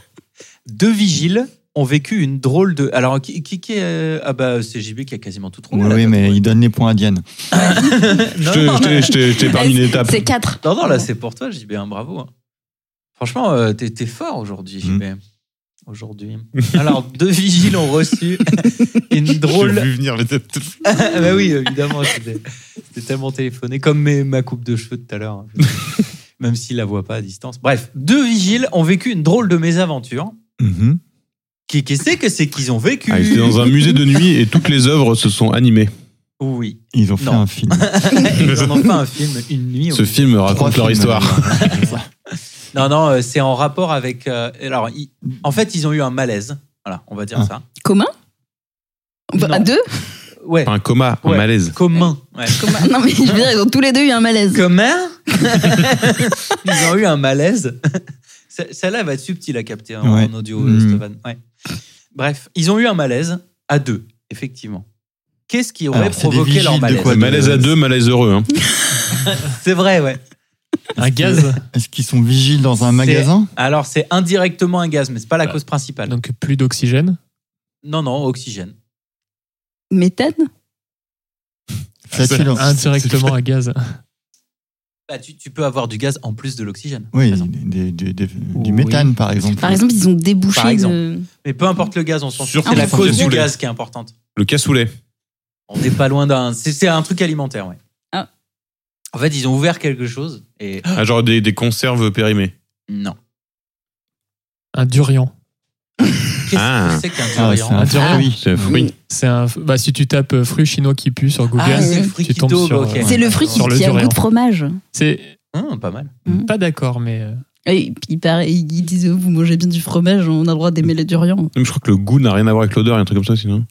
S2: deux vigiles ont vécu une drôle de. Alors qui, qui, qui est- Ah bah c'est JB qui a quasiment tout trouvé.
S6: Oui,
S2: là,
S6: oui,
S2: t'as
S6: mais
S2: trouvé.
S6: il donne les points à Diane.
S1: Je te- je t'ai- je t'ai- je t'ai épargné une étape.
S3: C'est 4.
S2: Non, non, là, c'est pour toi, JB, hein, bravo. hein. Franchement, euh, t'es t'es fort aujourd'hui, JB.
S1: Mm.
S2: Aujourd'hui. Alors, deux vigiles ont reçu une
S1: J'ai
S2: drôle.
S1: vu venir les têtes.
S2: bah oui, évidemment, c'était c'était tellement téléphoné, comme mes- ma coupe de cheveux de tout à l'heure. hein. Même s'il la voit pas à distance. Bref, deux vigiles ont vécu une drôle de mésaventure.
S6: Mhm.
S2: Qu'est- Qu'est-ce que c'est que c'est qu'ils ont vécu
S1: Ah, ils étaient dans un musée de nuit et toutes les œuvres se sont animées.
S2: Oui.
S6: Ils ont fait
S2: Non.
S6: un film.
S2: Ils en ont fait un film, une nuit. au
S1: Ce film
S6: Trois
S1: raconte leur
S6: films. euh,
S1: histoire.
S2: Non, non, euh, c'est en rapport avec. euh, alors, ils- en fait, ils ont eu un malaise. Voilà, on va dire
S6: Ah.
S2: ça.
S3: Commun Bah,
S2: Non.
S3: Deux
S2: Ouais.
S1: Enfin, un coma, un
S2: Ouais.
S1: malaise.
S2: Commun. Ouais.
S3: Commun. Non, mais je veux dire, ils ont tous les deux eu un malaise.
S2: Commun Ils ont eu un malaise. Ce- Celle-là va être subtile à capter en,
S6: Ouais.
S2: en audio,
S6: Mm.
S2: Stéphane. Ouais. Bref, ils ont eu un malaise à deux, effectivement. Qu'est-ce qui aurait
S6: Alors, c'est des
S2: provoqué
S6: vigiles
S2: leur
S6: de
S2: malaise
S6: quoi
S1: Malaise
S6: de-
S1: à deux, malaise heureux. hein.
S2: C'est vrai, ouais.
S4: un gaz
S6: Est-ce qu'ils sont vigiles dans un
S2: C'est- Ah,
S6: magasin
S2: Alors, c'est indirectement un gaz, mais c'est pas la
S4: Bah.
S2: cause principale.
S4: donc plus d'oxygène
S2: Non, non, oxygène.
S3: Méthane
S6: Flatulent.
S4: indirectement à gaz
S2: Bah, tu, tu peux avoir du gaz en plus de l'oxygène. par
S6: Oui,
S2: exemple.
S6: des- des- des-
S4: Oui.
S6: du méthane par exemple.
S3: Par exemple, ils ont débouché
S2: Par exemple.
S3: de-
S2: Mais peu importe le gaz, on s'en fout.
S1: Surtout
S2: C'est la
S1: le
S2: cause du
S1: cassoulet.
S2: gaz qui est importante.
S1: Le cassoulet.
S2: On n'est pas loin d'un. C'est c'est un truc alimentaire, ouais.
S3: Ah.
S2: En fait, ils ont ouvert quelque chose et.
S1: Ah, genre des, des conserves périmées.
S2: Non.
S4: un durian
S2: Qu'est-ce
S1: Ah.
S2: que c'est qu'un
S6: Ah, c'est
S2: durian
S6: un fruit.
S1: C'est un fruit.
S4: c'est un bah si tu tapes euh, fruit chinois qui pue sur Google
S2: Ah, c'est le fruit
S4: tu
S2: qui
S4: tombes
S2: daube,
S4: sur
S2: ok.
S4: euh,
S3: C'est le fruit qui,
S4: Sur le
S3: qui a le
S4: durian.
S3: goût de fromage.
S4: c'est
S2: Hum, Pas mal.
S3: Mm.
S4: pas d'accord mais euh,
S3: Et puis il paraît- ils disaient, vous mangez bien du fromage, on a le droit d'aimer le durian.
S1: Même, je crois que le goût n'a rien à voir avec l'odeur, il y a un truc comme ça sinon.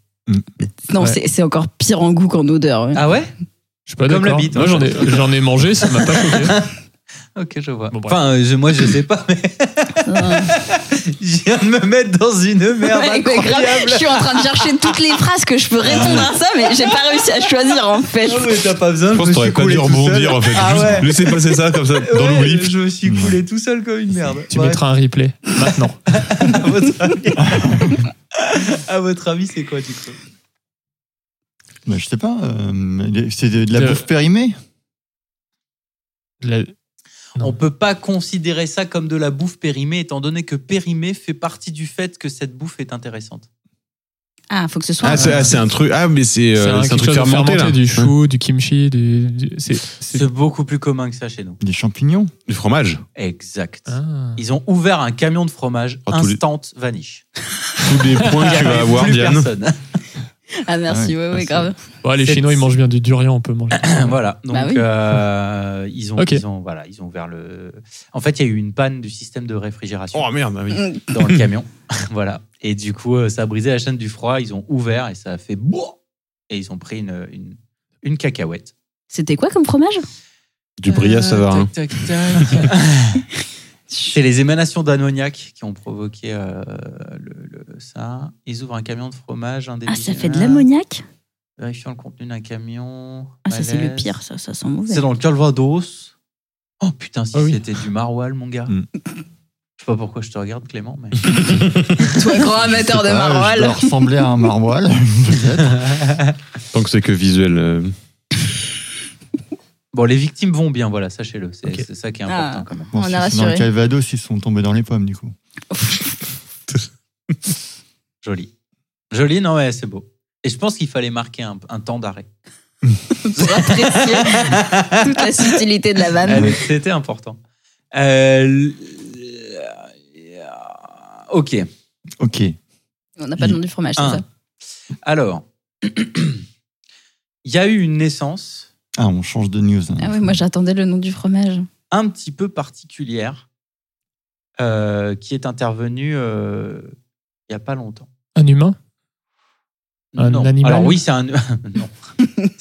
S3: Non,
S4: Ouais.
S3: c'est- c'est encore pire en goût qu'en odeur. ouais.
S2: Ah ouais
S4: je suis pas
S2: Comme la
S4: d'accord
S2: bite,
S4: moi
S2: hein.
S4: j'en ai j'en ai mangé ça m'a pas choqué
S2: Ok, je vois.
S4: Bon, bref.
S2: enfin, euh, je- moi, je sais pas, mais
S3: Ah.
S2: je viens de me mettre dans une merde
S3: Ouais, mais grave,
S2: incroyable.
S3: je suis en train de chercher toutes les phrases que je peux répondre à ça, mais j'ai pas réussi à choisir en fait.
S2: Non, mais t'as pas besoin.
S1: Je pense
S2: me
S1: que t'aurais
S2: suis
S1: pas
S2: coulé
S1: dû
S2: tout seul.
S1: rebondir en fait.
S2: Ah
S1: Juste
S2: ouais.
S1: Laissez passer ça comme ça dans
S2: Ouais,
S1: l'oubli.
S2: Je me suis coulé tout seul comme une merde.
S4: tu
S2: Bref,
S4: mettras un replay maintenant
S2: à votre avis. à votre avis, c'est quoi, du coup
S6: Bah, je sais pas. euh, les- c'est de, de la
S4: De-
S6: bouffe périmée
S4: La- Non.
S2: On peut pas considérer ça comme de la bouffe périmée, étant donné que périmée fait partie du fait que cette bouffe est intéressante.
S3: Ah, faut que ce soit.
S1: Ah, c'est ah, c'est un truc. Ah, mais c'est
S4: C'est
S1: euh, c'est un
S4: quelque
S1: truc
S4: chose de
S1: fermenté là.
S4: du chou, du kimchi, du. du- c'est- c'est-
S2: C'est beaucoup plus commun que ça chez nous.
S6: Des champignons
S1: Du fromage.
S2: Exact.
S4: Ah.
S2: Ils ont ouvert un camion de fromage
S1: Oh, tous les-
S2: instant vanish.
S1: Tous les points que tu vas avoir,
S2: Plus
S1: Diane.
S2: personne.
S3: Ah, merci, ouais, ouais,
S6: merci.
S3: grave.
S4: Bon, les
S2: C'est-
S4: Chinois, ils mangent bien du durian, on peut manger.
S2: voilà. Donc,
S3: Bah oui.
S2: euh, ils, ont,
S4: Ok.
S2: ils ont- voilà, ils ont ouvert le. En fait, il y a eu une panne du système de réfrigération
S1: Oh merde, ah oui.
S2: dans le camion. voilà. Et du coup, euh, ça a brisé la chaîne du froid. Ils ont ouvert et ça a fait boum Et ils ont pris une, une, une cacahuète.
S3: C'était quoi comme fromage
S1: Du brillat, ça va.
S2: Euh,
S1: hein.
S2: tac, tac, tac. C'est les émanations d'ammoniac qui ont provoqué euh, le, le- ça. Ils ouvrent un camion de fromage. Un des
S3: Ah, ça fait de
S2: vigilants,
S3: l'ammoniac
S2: Vérifiant le contenu d'un camion.
S3: Ah, ça, c'est le
S2: malaise.
S3: pire, ça, ça sent mauvais.
S2: C'est dans le Calvados. Hmm. Oh putain, si
S4: Ah oui.
S2: c'était du maroilles, mon gars.
S1: Mm.
S2: Je sais pas pourquoi je te regarde, Clément, mais.
S3: Toi, grand amateur de
S6: Ah, je dois
S3: maroilles.
S6: ressembler à un maroilles. peut-être.
S1: Tant que c'est que visuel. euh,
S2: bon, les victimes vont bien, voilà, sachez-le. C'est c'est ça qui est
S3: Ah.
S2: important quand même.
S6: Bon,
S3: On
S6: si
S3: a
S6: c'est dans le
S3: rassuré.
S6: Calvados, ils sont tombés dans les pommes, du coup.
S2: Joli. Joli, non, ouais, c'est beau. Et je pense qu'il fallait marquer un, un temps d'arrêt.
S3: Pour apprécier toute la subtilité de la vanne.
S2: Allez, C'était important. Euh, l- euh, ok.
S6: Ok.
S3: On n'a pas le nom du fromage, c'est
S2: Un.
S3: ça
S2: Alors, il y a eu une naissance
S6: Ah, on change de news. hein.
S3: Ah oui, moi j'attendais le nom du fromage.
S2: un petit peu particulière euh, qui est intervenue euh, il y a pas longtemps.
S4: Un humain Un
S2: Non.
S4: animal
S2: Alors oui, c'est un. non.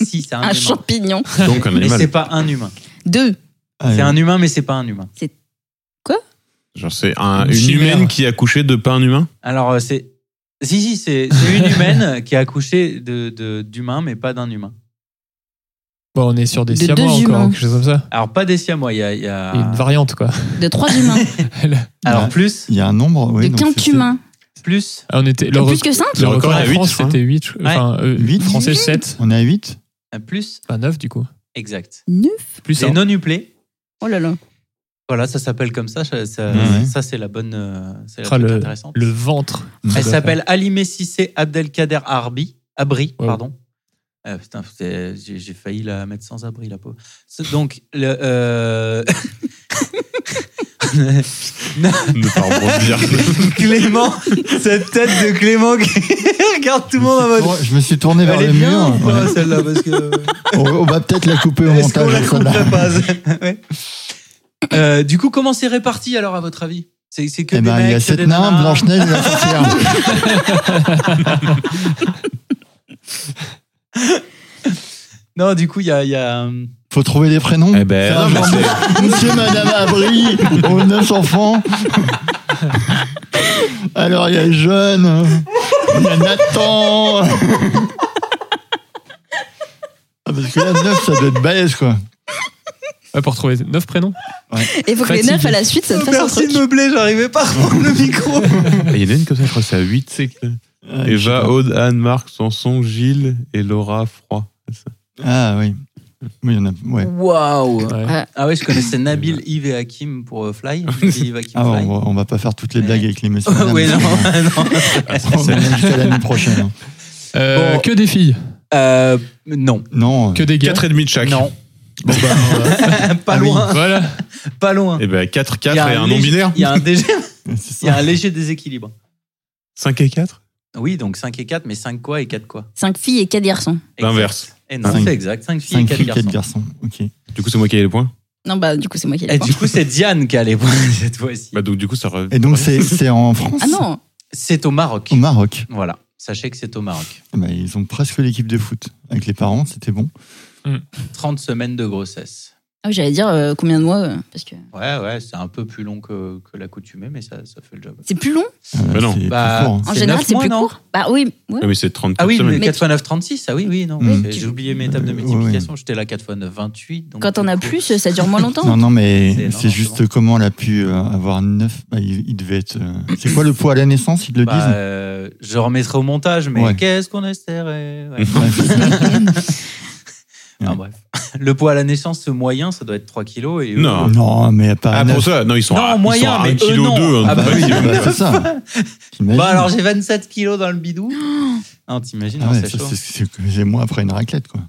S2: si, c'est un,
S3: Un,
S2: humain.
S3: champignon.
S1: Donc un
S2: Mais
S1: animal.
S2: c'est pas un humain.
S3: Deux.
S6: Ah,
S2: C'est un humain, mais c'est pas un humain.
S1: Genre, c'est un-
S4: Une
S1: une
S4: chimère.
S1: humaine qui a couché de pas un humain
S2: Alors euh, c'est. Si, si, c'est c'est une humaine qui a accouché d'humain, de, d'humain, mais pas d'un humain.
S4: Bon, on est sur des
S3: De deux
S4: siamois encore,
S3: humains.
S4: quelque chose comme ça.
S2: Alors, pas des siamois, il y a. il y a-
S4: Une variante, quoi.
S3: De trois humains.
S4: Elle-
S2: Alors, plus,
S6: Il y a un nombre. Ouais,
S3: de
S6: donc
S3: quinq
S6: c'est-
S3: humains.
S2: plus,
S4: Ah, on était, le,
S3: Plus
S4: rec-
S3: que cinq
S4: le
S1: Le
S4: record
S1: record
S4: en
S1: est huit,
S4: France,
S1: je crois.
S4: c'était 8. Enfin, euh,
S6: Huit.
S4: français, 7.
S6: On est à 8
S2: plus,
S4: Enfin, 9, du coup.
S2: exact.
S3: Neuf.
S4: Plus
S2: Les
S4: un.
S2: non-uplés,
S3: Oh là là.
S2: voilà, ça s'appelle comme ça. Ça, ça,
S6: Ouais.
S2: ça, c'est la bonne. euh, C'est la
S4: Ah,
S2: truc
S4: le-
S2: intéressante.
S4: Le ventre.
S2: Elle s'appelle Alimé Sissé Abdelkader Arbi, Abri,
S4: Wow.
S2: pardon. Euh, putain, c'est- j'ai j'ai failli la mettre sans abri, la pauvre. C'est- Donc, le, euh,
S1: Ne pas rebondir.
S2: Clément, cette tête de Clément qui regarde tout le monde en mode.
S6: Je me suis tourné vers
S2: Elle est
S6: le
S2: bien
S6: mur.
S2: enfin,
S6: Ouais.
S2: celle-là, parce que. euh,
S6: On, on va peut-être la couper au
S2: Est-ce qu'on
S6: montage.
S2: la
S6: celle-là.
S2: couperait pas Ouais. Euh, Du coup, comment c'est réparti alors, à votre avis C'est c'est que
S6: Eh
S2: des
S6: ben,
S2: mecs,
S6: il y a
S2: que
S6: 7
S2: des
S6: nains,
S2: nanas
S6: Blanche-Neige et la sorcière.
S2: Non, du coup, il y a. il y a, euh,
S6: Faut trouver des prénoms.
S1: Eh ben,
S6: Ça va,
S1: non, mais
S6: genre, Monsieur, Madame Abri, aux neuf enfants. Alors, il y a Jeune, il y a Nathan. Ah, parce que là, neuf, ça doit être balèze, quoi.
S4: Ouais, pour trouver 9 prénoms.
S3: Et il faut que les
S4: Fatigué.
S3: neuf à la suite, ça te fasse un
S2: Oh, Merci
S3: truc.
S2: de meubler, j'arrivais pas à reprendre le micro.
S1: Il y en a une comme ça, je crois que c'est à 8. c'est que-
S6: Ah, je sais
S1: Eva,
S6: pas.
S1: Aude, Anne, Marc, Sanson, Gilles et Laura Froid.
S6: Ah, oui. Oui, il y en a. Ouais.
S2: Waouh
S4: Ouais.
S2: Ah ouais, je connaissais Nabil, Yves et Hakim pour euh, Fly. Yves, Hakim,
S6: Ah, bon,
S2: Fly.
S6: on, va, on va pas faire toutes les blagues avec les messieurs.
S2: Ouais, non,
S6: On
S2: non.
S6: va jusqu'à l'année prochaine. hein.
S4: Euh,
S2: Bon.
S4: Que des filles.
S2: Euh, non.
S6: Non. euh,
S4: Que des gars.
S1: 4 et demi de chaque.
S2: Non.
S6: Bon, bah, voilà.
S2: Pas
S6: Ah oui.
S2: loin,
S4: Voilà.
S2: pas loin.
S1: Et ben 4, 4
S2: Il
S1: et
S2: y a
S1: un
S2: léger-
S1: non-binaire.
S2: Il y, a un dég-
S6: C'est
S2: il y a
S6: ça.
S2: un léger déséquilibre.
S1: 5 et 4
S2: Oui, donc 5 et 4, mais 5 quoi et 4 quoi
S3: Cinq filles et quatre garçons.
S2: Exact.
S1: L'inverse.
S2: Et non,
S6: Cinq.
S2: c'est exact. 5 filles et
S6: 5
S2: 4
S6: filles, 4
S2: garçons.
S6: garçons. Ok.
S1: Du coup, c'est moi qui ai les points.
S3: Non, bah, du coup, c'est moi qui ai la
S2: Et
S3: pointe.
S2: du coup, c'est Diane qui a les points cette fois-ci.
S1: Bah, donc, du coup, ça re-
S6: Et donc, c'est c'est en France
S3: Ah non
S2: C'est au Maroc.
S6: Au Maroc.
S2: Voilà. Sachez que c'est au Maroc.
S6: Eh ben, ils ont presque l'équipe de foot. Avec les parents, c'était bon.
S2: 30 semaines de grossesse.
S3: Ah oui, j'allais dire euh, combien de mois euh, Parce que
S2: Ouais, ouais, c'est un peu plus long que, que l'accoutumée, mais ça, ça fait le job.
S3: c'est plus long.
S6: Ah,
S1: Bah non.
S6: c'est
S2: Bah,
S6: plus fort, hein.
S3: En
S2: C'est
S3: général,
S2: neuf
S3: c'est
S2: mois,
S3: plus
S2: non
S3: court. Bah oui, ouais.
S1: Ah oui, c'est 34
S2: Ah oui,
S1: semaines.
S2: mais
S3: Mais
S2: 4 x 9, 36. Ah oui, oui, non.
S6: Oui,
S1: Mm.
S2: J'ai-
S3: tu-
S2: J'ai oublié mes tables de
S6: Euh, ouais,
S2: multiplication. J'étais là 4 x 9, 28. donc
S3: Quand
S2: du
S3: on a
S2: coup-
S3: plus, ça dure moins longtemps.
S6: Non, non,
S2: C'est
S6: mais
S2: énorme,
S6: c'est juste
S2: c'est
S6: comment elle a pu euh, avoir 9. il, il devait être. euh, C'est quoi le poids à la naissance Ils le
S2: Bah,
S6: disent
S2: euh, je remettrai au montage, mais
S6: Ouais.
S2: qu'est-ce qu'on est serré ouais.
S6: Ouais, c'est ça.
S2: Ah, bref. Le poids à la naissance ce moyen, ça doit être 3 kilos. Et eux-
S1: Non.
S6: Non, mais pas à
S1: Ah,
S6: neuf.
S1: pour ça, non, ils sont
S2: Non,
S1: à,
S2: moyen,
S1: ils sont à 1
S2: mais eux,
S1: kg
S2: non.
S1: 2.
S2: Ah bah oui.
S6: Bah, c'est ça. T'imagines hein.
S2: Bah alors j'ai 27 kilos dans le bidou. Non, t'imagines,
S6: Ah
S2: non,
S6: ouais,
S2: c'est
S6: ça,
S2: chaud.
S6: c'est- c'est que j'ai moi après une raclette, quoi.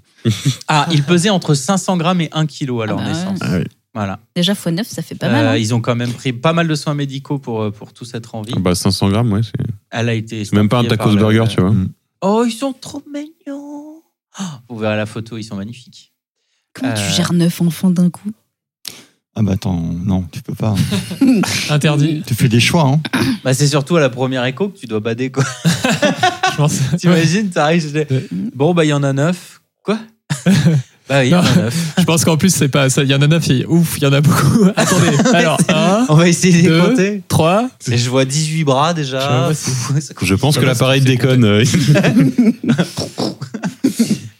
S2: Ah, il pesait entre 500 grammes et 1 kilo à leur
S3: Ah bah ouais.
S2: naissance.
S1: Ah oui.
S2: Voilà.
S3: Déjà, fois 9, ça fait pas
S2: Euh,
S3: mal. hein.
S2: Ils ont quand même pris pas mal de soins médicaux pour, euh, pour tout être en vie.
S1: Ah bah 500 grammes, ouais. C'est
S2: Elle a été.
S1: c'est même pas un
S2: estampillée
S1: tacos
S2: par la-
S1: burger, tu vois.
S2: Oh, ils sont trop mignons. Ah, vous verrez la photo, ils sont magnifiques.
S3: Comment
S2: euh,
S3: tu gères neuf enfants d'un coup
S6: Ah bah attends, non, tu peux pas. hein.
S4: Interdit,
S6: tu fais des choix, hein.
S2: Bah, c'est surtout à la première écho que tu dois bader, quoi.
S4: je pense.
S2: T'imagines, t'arrives, je dis,
S4: Ouais.
S2: bon, bah, il y en a neuf. Quoi Bah oui,
S4: Non.
S2: on a neuf.
S4: Je pense qu'en plus, c'est pas ça. Il y en a neuf, et ouf, il y en a beaucoup. Attendez, alors, un,
S2: On va essayer de les
S4: Deux.
S2: compter.
S4: trois.
S2: Et je vois 18 bras déjà.
S4: Je sais
S2: Ça
S1: Je pense
S4: Ça
S1: que
S4: va,
S1: l'appareil
S4: c'est
S1: déconne. euh,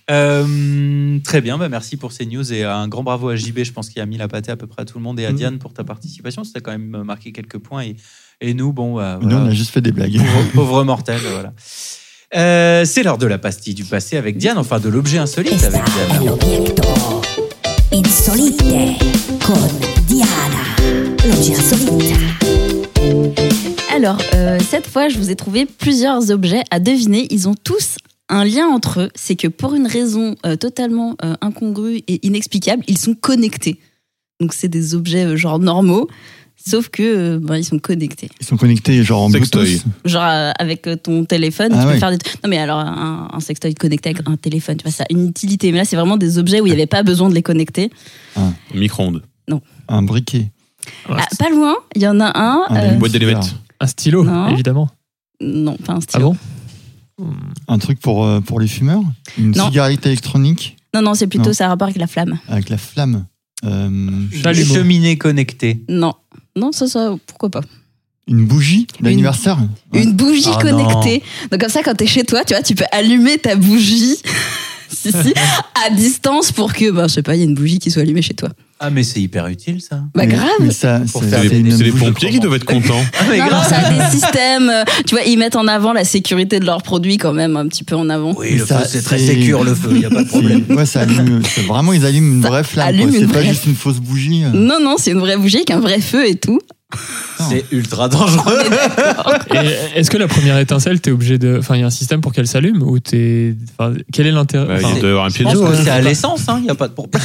S2: Euh, très bien, bah merci pour ces news et un grand bravo à JB, je pense qu'il a mis la pâtée à peu près à tout le monde et à
S4: Mm.
S2: Diane pour ta participation, ça a quand même marqué quelques points et, et nous, bon, euh,
S6: Nous,
S2: voilà,
S6: on a juste fait des blagues.
S2: pauvre, pauvre mortel, voilà. Euh, c'est l'heure de la pastille du passé avec Diane, enfin de l'objet insolite avec Diane.
S5: Insolite con Diana. L'objet insolite.
S3: Alors, euh, cette fois, je vous ai trouvé plusieurs objets à deviner. Ils ont tous un lien entre eux. C'est que pour une raison euh, totalement euh, incongrue et inexplicable, ils sont connectés. Donc, c'est des objets euh, genre normaux, sauf que euh, ben, ils sont connectés.
S6: Ils sont connectés genre en
S1: Sextoy.
S6: Bluetooth.
S3: Genre euh, avec euh, ton téléphone,
S6: Ah
S3: tu
S6: ouais.
S3: peux faire des. Non, mais alors, un, un sextoy connecté avec un téléphone, tu vois, ça a une utilité. Mais là, c'est vraiment des objets où il n'y avait pas besoin de les connecter.
S1: Micro-ondes.
S6: Un briquet.
S3: Ah, pas loin, il y en a un.
S6: Un
S3: euh,
S1: Une boîte d'élémètres.
S4: Un stylo,
S3: Non.
S4: évidemment.
S3: non, pas un
S4: Ah
S3: stylo.
S4: bon
S6: Un truc pour, euh, pour les fumeurs. Une
S3: Non.
S6: cigarette électronique
S3: non, non, c'est plutôt
S6: Non.
S3: ça a rapport avec la flamme.
S6: avec la flamme. Euh,
S4: Chalumeau.
S2: Cheminée connectée.
S3: Non, non, ça, ça, pourquoi pas.
S6: une bougie d'anniversaire. Ouais.
S3: Une bougie
S2: Ah
S3: connectée. Donc comme ça, quand t'es chez toi, tu vois, tu peux allumer ta bougie. si, si, à distance pour que, bah, je sais pas, il y a une bougie qui soit allumée chez toi.
S2: Ah mais c'est hyper utile ça.
S3: Bah
S6: Mais-
S3: grave
S6: mais ça,
S2: Pour
S6: c'est-
S2: faire
S1: C'est
S6: c'est
S2: des-
S1: les,
S6: une
S1: c'est les
S6: bouche.
S1: pompiers qui doivent être contents.
S2: Ah mais
S3: Non, non,
S2: grave.
S3: ça a des systèmes, euh, tu vois, ils mettent en avant la sécurité de leurs produits quand même un petit peu en avant.
S2: Oui, le
S6: Ça,
S2: feu c'est très
S6: c'est-
S2: sécure le feu, il y a pas de
S6: C'est-
S2: problème.
S6: Ouais, ça allume. c'est Vraiment, ils allument une vraie flamme.
S3: allume
S6: quoi. C'est
S3: une
S6: pas
S3: vraie- Mm.
S6: juste une fausse bougie. euh.
S3: Non, non, c'est une vraie bougie avec un vrai feu et tout.
S2: C'est ultra dangereux.
S4: Et Est-ce que la première étincelle, t'es obligé de. Enfin, il y a un système pour qu'elle s'allume ou t'es. Enfin, quel est l'intérêt
S1: Bah, Il
S4: Enfin,
S1: doit y avoir un
S2: Je
S1: pied
S2: pense
S1: dedans.
S2: que c'est à l'essence, hein, il y a pas de problème.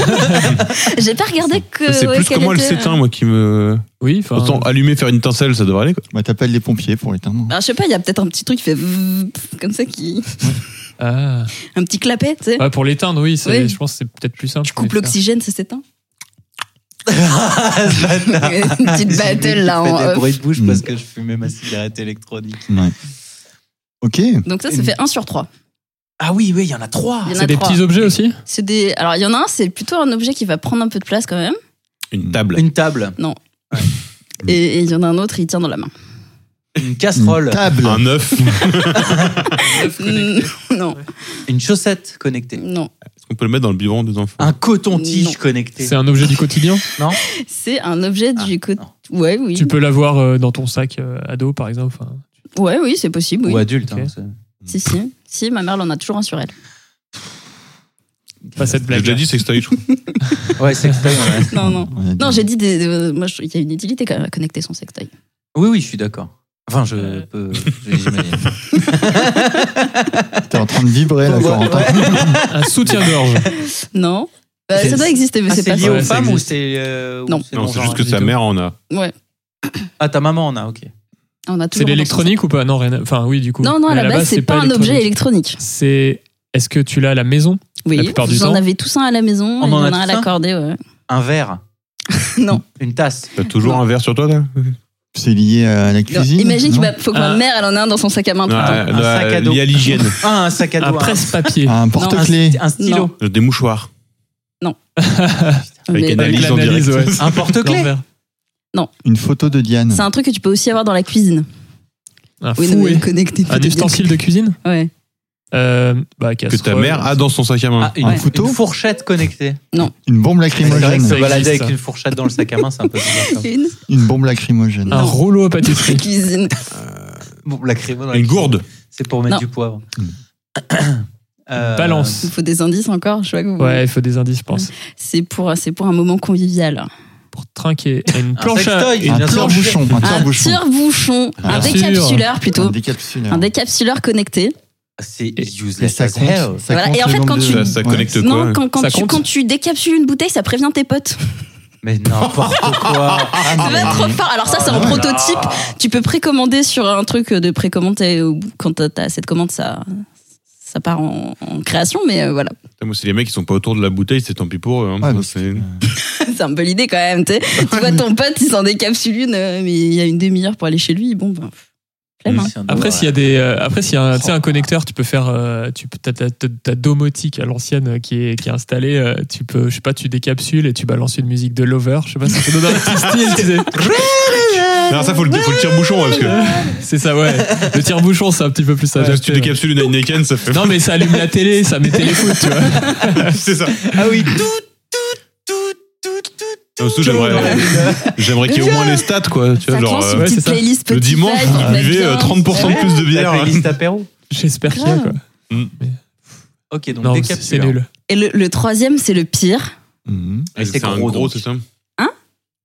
S3: J'ai pas regardé que.
S1: C'est
S3: ouais,
S1: plus
S3: quelle
S1: comment elle
S3: était-
S1: s'éteint, moi, qui me.
S4: Oui, enfin.
S1: Autant allumer, faire une étincelle, ça devrait aller. quoi.
S6: Bah, T'appelles les pompiers pour l'éteindre.
S3: Alors, je sais pas, il y a peut-être un petit truc qui fait vvvv, comme ça, qui
S4: Ah.
S3: un petit clapet, tu sais.
S4: Ouais, pour l'éteindre, oui, c'est-
S3: Oui.
S4: je pense que c'est peut-être plus simple.
S3: Tu coupes
S4: mais-
S3: l'oxygène, ça s'éteint.
S2: Ah, ce bâtard.
S3: Une petite battle là
S2: Je fais
S3: en
S2: des
S3: off.
S2: bruits de bouche
S6: Mm.
S2: parce que je fumais ma cigarette électronique.
S6: Ouais. Ok.
S3: Donc ça, ça fait 1 sur 3.
S2: Ah oui, oui, il y en a trois.
S3: Il y en a
S4: C'est des
S3: trois.
S4: petits objets aussi
S3: C'est des. Alors, il y en a un, c'est plutôt un objet qui va prendre un peu de place quand même.
S1: Une table.
S2: Une table,
S3: Et et il y en a un autre, il tient dans la main.
S2: une
S6: Une
S2: casserole, une,
S6: table.
S1: Un œuf.
S3: Mm, non,
S2: chaussette connectée,
S3: non.
S1: Est-ce qu'on peut le mettre dans le biberon des enfants
S2: un coton-tige
S3: Non.
S2: connecté.
S4: C'est un objet du quotidien.
S3: C'est un objet
S2: Ah,
S3: du côté.
S2: non.
S3: Ouais, oui.
S4: Tu peux l'avoir euh, dans ton sac euh, ado, par exemple. Enfin,
S3: Ouais, oui, c'est possible. Oui.
S2: Ou adulte.
S4: Ok.
S2: hein, c'est-
S3: Si, si. Si, ma mère, elle en a toujours un sur elle.
S4: pas cette
S1: J'ai
S4: blague.
S1: déjà dit sextoy, je crois.
S2: Ouais, sextoy. ouais.
S3: Non, non.
S6: On a dit-
S3: Non, j'ai dit des. euh, moi, je- il y a une utilité quand même à connecter son sextoy.
S2: Oui, oui, je suis d'accord. Enfin, je peux. je- j'imagine.
S6: T'es en train de vibrer là,
S2: Ouais.
S6: Corentin.
S4: Un soutien-gorge.
S3: Non. Bah,
S2: C'est-
S3: ça doit exister, mais
S2: Ah,
S3: c'est
S2: c'est
S3: pas
S2: lié
S3: ça.
S4: Ouais,
S2: aux
S4: ça
S2: femmes ou
S4: existe.
S2: c'est. euh, ou
S3: Non.
S1: Non,
S2: bon,
S1: c'est
S2: genre-
S1: juste que sa
S4: du tout.
S1: mère en a.
S3: Ouais.
S2: Ah, ta maman en a, ok.
S3: On a
S4: C'est
S3: toujours.
S4: l'électronique ou pas Non, rien. à- Enfin, oui, du coup.
S3: Non, non, à
S4: Mais
S3: la base, c'est pas un objet
S4: électronique.
S3: électronique.
S4: C'est. Est-ce que tu l'as à la maison La
S3: Oui,
S4: plupart du
S3: vous en
S4: temps.
S3: avez tous un à la maison,
S2: On
S3: il y
S2: en
S3: en
S2: a
S3: a un à
S2: tous un
S3: l'accordé, ouais.
S2: Un verre.
S3: Non.
S2: Une tasse.
S1: T'as toujours un verre sur toi, là
S6: C'est lié à la
S3: Non,
S6: cuisine.
S3: Imagine qu'il
S6: non
S3: va- faut que ma
S4: Ah.
S3: mère, elle en a un dans son sac à main tout le temps.
S1: Ah,
S2: un
S1: là,
S2: sac à dos.
S1: Lié à l'hygiène.
S2: Ah, un sac à
S4: Un
S2: dos. Un,
S4: presse-papier.
S6: Un porte-clés.
S2: un stylo.
S1: Des mouchoirs. Avec
S3: Mais-
S1: Ah. une
S4: Avec
S1: analyse en
S4: l'analyse,
S1: direct.
S4: ouais.
S2: Un porte-clés.
S4: L'envers.
S6: Une photo de Diane.
S3: C'est un truc que tu peux aussi avoir dans la cuisine.
S4: Un
S3: Oui, non, mais
S4: fouet.
S3: connecté.
S4: Un
S3: peut-être
S4: ustensile de cuisine
S3: bien. Ouais.
S4: Euh, bah,
S1: Que ta mère a dans son sac à main.
S2: Ah, une,
S6: Un couteau
S2: une fourchette connectée.
S6: Une bombe
S2: C'est vrai que
S6: lacrymogène.
S2: se
S4: Ça
S2: balader
S4: existe,
S2: avec
S4: ça.
S2: une fourchette dans le sac à main, c'est un peu bizarre. quand même.
S3: Une
S6: Une bombe lacrymogène.
S4: Un
S3: Non.
S4: rouleau à pâtisserie.
S3: cuisine.
S2: Bon, la crémo dans la
S1: Une
S2: cuisine,
S1: gourde.
S2: C'est pour mettre
S3: Non.
S2: du poivre.
S6: Mm.
S2: Euh,
S4: Balance.
S3: Il faut des indices encore, je vois que vous...
S4: Ouais, il faut des indices, je pense.
S3: C'est pour, c'est pour un moment convivial.
S4: Pour trinquer. Une
S2: Un
S4: planche à.
S2: sextoy,
S6: Un
S2: bien sûr.
S6: tire-bouchon. Un
S3: Un
S6: tire-bouchon.
S3: tire-bouchon,
S6: Ah,
S3: un
S4: bien
S3: décapsuleur
S6: Un
S3: plutôt,
S6: décapsuleur.
S3: un décapsuleur connecté.
S2: C'est
S4: Et-
S6: Et
S2: useless
S6: ça
S2: as
S6: compte.
S2: hell.
S6: ça
S3: Voilà.
S6: compte
S3: Et en
S6: le
S3: fait,
S6: nombre
S3: quand
S6: de-
S3: tu-
S1: Ça, ça
S6: Ouais.
S1: connecte quoi
S3: Non, quand, quand
S4: Ça
S3: tu,
S4: compte Ah
S3: quand tu décapsules une bouteille, ça prévient tes potes.
S2: Mais n'importe quoi. Ah,
S3: Ça va être trop hein. fort. Alors ça, c'est en
S6: Ah, ouais.
S3: prototype. Tu peux précommander sur un truc de précommande. et au bout- Quand t'as- t'as cette commande, ça, ça part en, en création, mais euh, voilà.
S1: Putain, Moi, c'est les mecs qui sont pas autour de la bouteille, c'est tant pis pour eux. hein.
S6: Ouais, Ah, mais
S1: C'est-
S3: C'est un peu l'idée quand même, tu sais. Tu vois ton pote, il s'en décapsule une, euh, mais il y a une demi-heure pour aller chez lui. Bon, ben, Flemme, hein.
S4: Après, s'il y a des, euh, après s'il y a un, tu sais, un connecteur, tu peux faire, euh, tu peux, t'as, t'as- t'as- t'as domotique à l'ancienne euh, qui est qui est installée. euh, tu peux, je sais pas, tu décapsules et tu balances une musique de Lover. Je sais pas, ça te donne un petit style. tu sais.
S1: Non, ça, faut le, faut le tire-bouchon, hein, parce que
S4: C'est ça, ouais. Le tire bouchon, c'est un petit peu plus ça.
S1: si tu décapsules une Heineken, ça fait.
S4: Non, mais ça allume la télé, ça met téléfoot, tu vois.
S1: c'est ça.
S2: Ah oui, tout
S1: Non, surtout, j'aimerais, euh, j'aimerais qu'il y ait au moins les stats, quoi. Tu vois,
S3: Ça te
S1: genre,
S3: lance
S1: euh,
S3: une
S4: ouais, c'est
S3: petite
S4: ça.
S3: playlist
S1: le
S3: Spotify
S1: dimanche,
S3: qui
S1: vous
S3: va
S1: buvez
S3: bien,
S1: euh, 30% plus de bière.
S2: la playlist apéro.
S4: J'espère qu'il y a quoi.
S2: Ok, donc
S4: Non, c'est- c'est
S2: décapsuleur.
S4: nul.
S3: Et le, le troisième, c'est le pire.
S6: Mhm.
S1: Et
S2: c'est
S1: c'est un
S2: gros,
S1: gros,
S2: donc.
S1: c'est ça
S3: Hein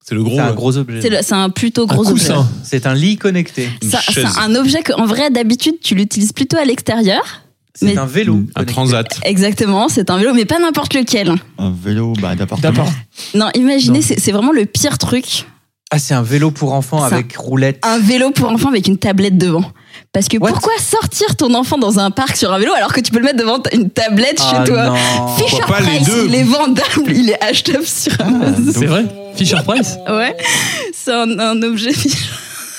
S1: C'est le gros. euh,
S2: C'est un
S1: là.
S2: gros objet.
S3: C'est le- c'est un plutôt gros
S4: un
S3: objet.
S4: coussin.
S2: C'est un lit connecté.
S1: Une
S3: Ça- C'est
S1: chaise.
S3: un objet que, en vrai, d'habitude, tu l'utilises plutôt à l'extérieur.
S2: C'est
S3: Mais-
S2: un vélo.
S6: Un
S1: Un
S2: connecté.
S1: transat.
S3: Exactement, c'est un vélo, mais pas n'importe lequel.
S6: Un vélo bah, d'appartement.
S4: D'accord.
S3: Non, imaginez,
S4: Non.
S3: c'est c'est vraiment le pire truc.
S2: Ah, c'est un vélo pour enfants
S3: Ça.
S2: avec roulette.
S3: Un vélo pour enfant avec une tablette devant. Parce que
S2: What
S3: pourquoi sortir ton enfant dans un parc sur un vélo alors que tu peux le mettre devant t- une tablette
S2: Ah
S3: chez toi
S2: non.
S3: Fisher
S1: Pourquoi pas les
S3: Price,
S1: deux
S3: il est vendable, il est achetable sur
S6: Ah.
S3: Amazon.
S4: C'est vrai. Fisher Price.
S3: Ouais, c'est un, un objet Fisher-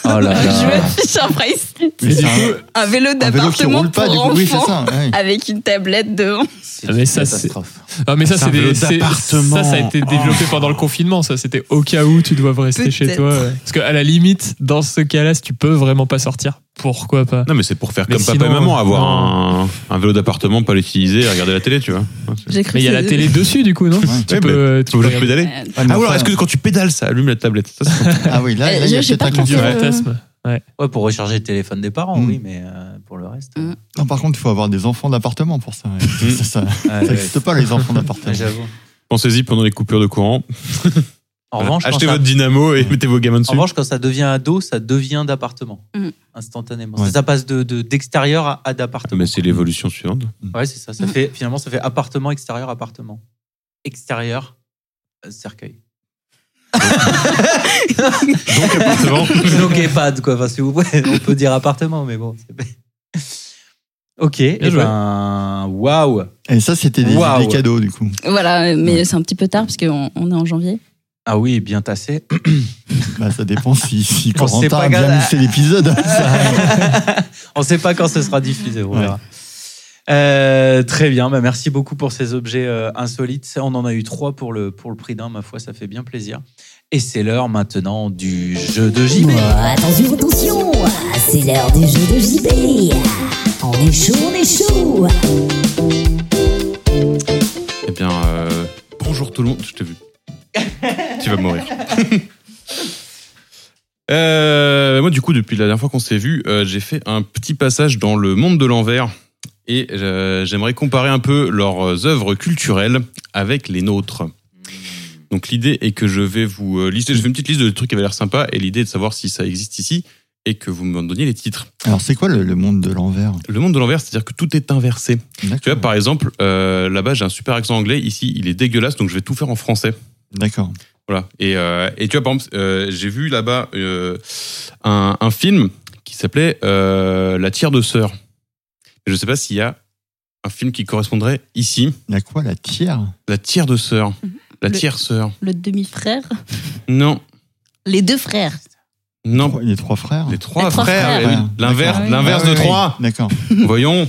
S2: Oh là
S3: un jouet
S2: là.
S3: Fisher Price.
S6: Mais c'est un,
S3: Un vélo
S6: un vélo qui
S3: d'appartement
S6: roule pas,
S3: pour
S6: du coup.
S3: enfants Ah,
S6: Oui, c'est ça. ouais.
S3: avec une tablette devant.
S2: C'est
S4: Ah,
S2: une
S4: mais ça, c'est-
S2: catastrophe.
S4: Ah, mais ça,
S1: C'est
S4: c'est
S1: un Oh. vélo
S4: des. c'est-
S1: d'appartement.
S4: Ça, ça a été développé pendant le confinement. Ça, c'était au cas où tu dois rester chez
S3: Peut-être.
S4: toi. ouais. Parce qu'à la limite, dans ce cas-là, si tu peux vraiment pas sortir, pourquoi pas
S1: Non, mais c'est pour faire
S4: Mais
S1: comme papa et
S4: sinon,
S1: maman,
S4: euh,
S1: avoir un, un vélo d'appartement, pas l'utiliser, et regarder la télé, tu vois.
S3: J'ai cru
S4: Mais il y a
S3: que
S4: la
S3: c'est-
S4: télé dessus, du coup, non
S6: Ouais.
S4: Tu
S1: Ouais,
S4: peux.
S1: mais
S4: euh,
S1: Tu
S4: tu
S1: veux
S4: peux
S1: que je
S4: regarder.
S1: pédale
S3: Euh,
S6: Ah, mais
S1: Ah, ou alors,
S6: enfin,
S1: est-ce que quand tu pédales, ça allume la tablette Ça, c'est-
S6: Ah oui, là,
S3: Euh,
S6: là, il y a
S3: j'ai
S6: peut-être
S3: pas
S6: un
S3: pensé
S6: conduit.
S4: Du
S3: euh,
S4: fantasme. Ouais.
S2: Ouais, pour recharger le téléphone des parents,
S6: Mm.
S2: oui, mais euh, pour le reste.
S3: Mm.
S6: Non, par contre, il faut avoir des enfants d'appartement pour ça. ouais. Ça, ça-
S2: euh, ouais,
S6: ça
S2: ouais.
S6: n'existe pas, les enfants
S2: Ouais,
S6: d'appartement.
S2: J'avoue.
S1: Pensez-y pendant les coupures de courant.
S2: En,
S1: Voilà.
S2: revanche, quand
S1: Achetez
S2: ça-
S1: votre dynamo et mettez vos gamins
S2: en
S1: dessus.
S2: revanche, quand ça devient ado, ça devient d'appartement.
S3: Mm.
S2: Instantanément.
S6: Ouais.
S2: Ça passe de- de- d'extérieur de, à, à d'appartement.
S1: Mais c'est l'évolution suivante.
S2: Ouais, c'est ça. ça fait, finalement, ça fait appartement, extérieur, appartement. Extérieur, euh, cercueil.
S1: Donc, appartement.
S2: Donc EHPAD, quoi. Enfin, si vous voulez, on peut dire appartement, mais bon. c'est- ok, et
S4: joué.
S2: ben. Waouh!
S6: Et ça, c'était des,
S2: Waouh.
S6: des cadeaux, du coup.
S3: Voilà, mais c'est un petit peu tard parce qu'on on est en janvier.
S2: Ah oui, bien tassé.
S6: Bah, ça dépend si, si
S2: On sait
S6: Corentin
S2: pas,
S6: a bien
S2: gars.
S6: mixé l'épisode. Ça-
S2: on ne sait pas quand ce sera diffusé, on
S6: Ouais.
S2: verra. Euh, très bien, bah, merci beaucoup pour ces objets euh, insolites. On en a eu trois pour le, pour le prix d'un, ma foi, ça fait bien plaisir. Et c'est l'heure maintenant du jeu de JB.
S5: Oh, Attention, attention, c'est l'heure du jeu de JB. On est chaud, on est chaud.
S1: Eh bien, euh, bonjour tout le monde. Je t'ai vu. tu vas mourir. Euh, moi, du coup, depuis la dernière fois qu'on s'est vu, euh, j'ai fait un petit passage dans le monde de l'envers et euh, j'aimerais comparer un peu leurs euh, œuvres culturelles avec les nôtres. Donc, l'idée est que je vais vous euh, lister. J'ai fait une petite liste de trucs qui avaient l'air sympa et l'idée est de savoir si ça existe ici et que vous me donniez les titres.
S6: Alors, c'est quoi le, le monde de l'envers
S1: Le monde de l'envers, c'est-à-dire que tout est inversé. Tu vois,
S6: D'accord.
S1: par exemple, euh, là-bas, j'ai un super accent anglais. Ici, il est dégueulasse, donc je vais tout faire en français.
S6: D'accord.
S1: Voilà. Et, euh, et tu vois, par exemple, euh, j'ai vu là-bas euh, un, un film qui s'appelait euh, La tire de sœur. Je ne sais pas s'il y a un film qui correspondrait ici.
S6: La quoi La tière
S1: La tire de sœur. La
S3: Mhm. Le-
S1: tire sœur.
S3: Le demi-frère,
S1: Non.
S3: les deux frères.
S1: Non.
S6: Trois- Les trois frères
S1: Les trois,
S3: Les trois
S1: frères.
S3: frères.
S1: eh oui. L'inverse,
S3: Ah oui.
S1: l'inverse
S6: Ah
S1: de
S6: oui, oui.
S1: trois.
S6: D'accord.
S1: Voyons.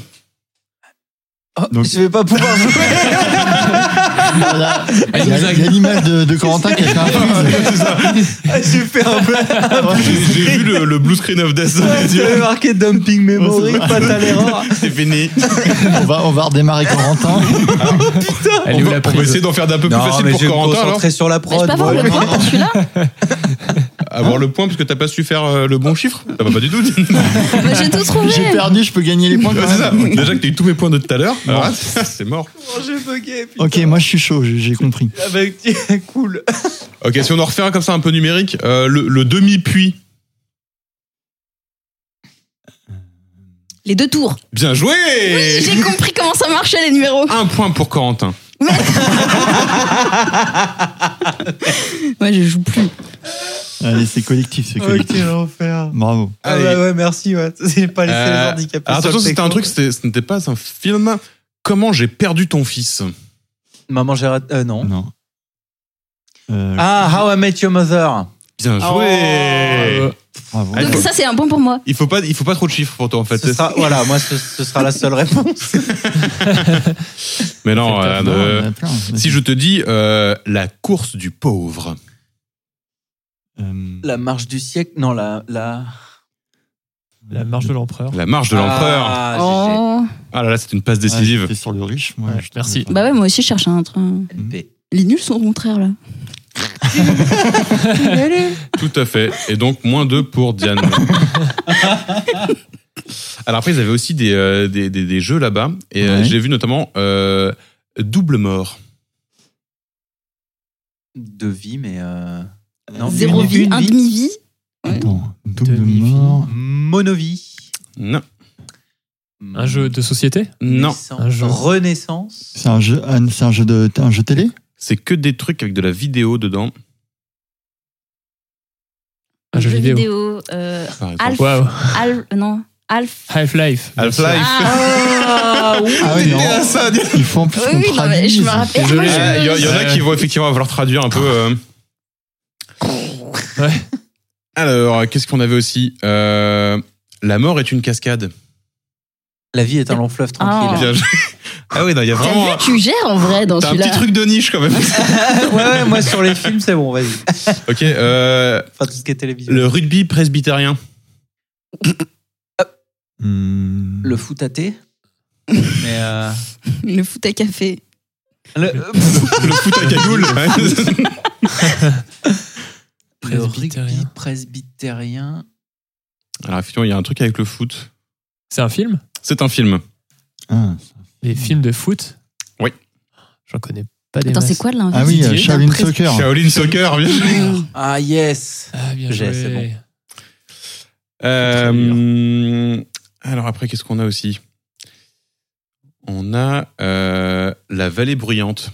S6: Donc-
S2: Ah, Je vais pas pouvoir jouer.
S6: Voilà.
S4: Ah,
S6: Il y
S4: il nous
S6: a
S4: a-
S6: il y a l'image de, de Corentin qui a fait un quiz.
S2: Ah, J'ai fait un peu.
S1: J'ai j'ai vu le, le blue screen of death.
S2: Tu avais marqué dumping memory,
S6: Ouais, c'est
S2: pas à l'erreur.
S1: C'est fini.
S6: On va, on va redémarrer Corentin.
S4: Elle est
S1: On
S4: où
S1: va,
S4: la
S1: on va essayer
S4: prise
S1: d'en faire d'un peu plus facile pour
S2: je vais me
S1: Corentin. alors.
S2: concentrer sur la
S3: Mais je
S2: prod.
S3: peux
S6: Oh,
S3: avoir
S2: moi.
S3: le point pour celui-là
S1: Avoir le point parce que t'as pas su faire euh, le bon chiffre Ça va Hein pas du tout.
S3: Moi, J'ai tout trouvé.
S6: J'ai perdu, je peux gagner les points
S1: Ouais,
S6: quand
S1: c'est ça.
S6: même.
S1: Déjà que t'as eu tous mes points de tout à l'heure, alors là, c'est mort.
S2: Oh, j'ai bugué, putain.
S6: Ok, moi je suis chaud, j'ai j'ai compris.
S2: Ah, bah, cool.
S1: Ok, si on en refait un comme ça un peu numérique, euh, le, le demi-puits.
S3: Les deux tours.
S1: Bien joué
S3: Oui, j'ai compris comment ça marchait les numéros.
S1: Un point pour Corentin.
S6: Ah,
S3: Moi, je joue plus.
S6: Allez, c'est collectif,
S2: Oh,
S6: c'est collectif.
S2: l'enfer.
S6: Bravo.
S2: Ah
S1: Allez.
S2: bah ouais, merci, ouais. C'est pas laissé
S1: Euh,
S2: les handicapés.
S1: Alors,
S2: sur
S1: attention,
S2: le
S1: c'était un
S2: techno.
S1: truc, c'était- ce n'était pas un film. Comment j'ai perdu ton fils
S2: Maman, j'ai raté. euh, non.
S6: Non. Euh,
S2: Ah, How I Met Your Mother.
S1: Bien
S4: Euh,
S1: joué
S6: Bravo.
S1: Ah, il,
S3: Donc
S1: faut,
S3: ça, c'est un bon pour moi.
S1: il faut pas, il faut pas trop de chiffres pour toi en fait.
S2: Ce sera- voilà, moi, ce, ce sera la seule réponse.
S1: Mais non,
S6: C'est
S1: euh,
S6: peut-être-
S1: euh,
S6: non, il y en a plein.
S1: si je te dis euh, la course du pauvre,
S6: Euh,
S2: La marche du siècle. Non, la. la...
S4: La marche de l'empereur.
S1: la marche de l'empereur.
S2: Ah, GG.
S3: Oh.
S1: Ah là là, c'est une passe
S6: ah,
S1: décisive.
S6: j'étais sur le riche, moi.
S4: Ouais,
S6: je-
S4: merci.
S3: Bah ouais, moi aussi, je cherche un train.
S2: LP.
S3: Les nuls sont au contraire, là.
S1: Tout à fait. Et donc, moins 2 pour Diane. Alors après, ils avaient aussi des, euh, des, des- des jeux là-bas. Et euh,
S6: Ouais.
S1: j'ai vu notamment euh, Double Mort.
S2: De vie, mais. euh, Non,
S3: Zéro
S2: une-
S3: vie,
S2: une
S3: un demi-vie.
S6: Attends, double
S4: Demi-vie.
S6: mort.
S2: Monovie.
S1: Non.
S4: Un jeu de société
S1: Non.
S2: Naissance.
S4: Un jeu.
S2: Renaissance.
S6: C'est un jeu, un- c'est un jeu de, un jeu télé.
S1: C'est que des trucs avec de la vidéo dedans.
S4: Un jeu vidéo.
S3: euh,
S1: par exemple.
S3: Alf.
S4: Waouh.
S3: Alf. Non, Alf.
S4: Half-Life. bien sûr.
S1: Half-Life.
S3: Ah, oui,
S6: Ah oui, non. Il faut en plus
S3: oui,
S6: qu'on
S3: non, mais
S6: traduise.
S3: je me rappelle.
S4: Désolé.
S3: Ah,
S1: Ah, Il y, a- il y en a
S4: Ouais.
S1: qui vont effectivement falloir traduire un peu. euh.
S4: Ouais.
S1: Alors, qu'est-ce qu'on avait aussi Euh, La mort est une cascade.
S2: La vie est un long fleuve tranquille.
S1: Bien joué. Ah oui, non, il y a
S3: Oh. T'as
S1: vraiment.
S3: vu, tu gères en vrai dans
S1: T'as un petit
S3: celui-là.
S1: truc de niche quand même.
S2: ouais, ouais, moi sur les films, c'est bon, vas-y.
S1: ok, euh,
S2: Enfin, tout ce qui est télévision.
S1: le rugby presbytérien.
S6: Hmm.
S2: Le foot à thé. Mais. euh,
S3: Le foot à café.
S2: Le,
S1: Le foot à cagoule.
S2: le
S4: Presbytérien.
S2: rugby presbytérien.
S1: Alors, effectivement, il y a un truc avec le foot.
S4: C'est un film
S1: C'est un film.
S6: Ah,
S4: Les films de foot
S1: Oui.
S4: J'en connais pas des
S3: Attends, c'est
S4: masses.
S3: quoi l'inverse
S6: Ah oui,
S4: Didier,
S6: euh, Shaolin
S3: d'un pres-
S6: Soccer.
S1: Shaolin Soccer, bien joué.
S2: Ah yes.
S4: Ah, bien
S2: J'ai,
S4: joué.
S2: c'est bon.
S1: Euh, alors après, qu'est-ce qu'on a aussi On a euh, la vallée bruyante.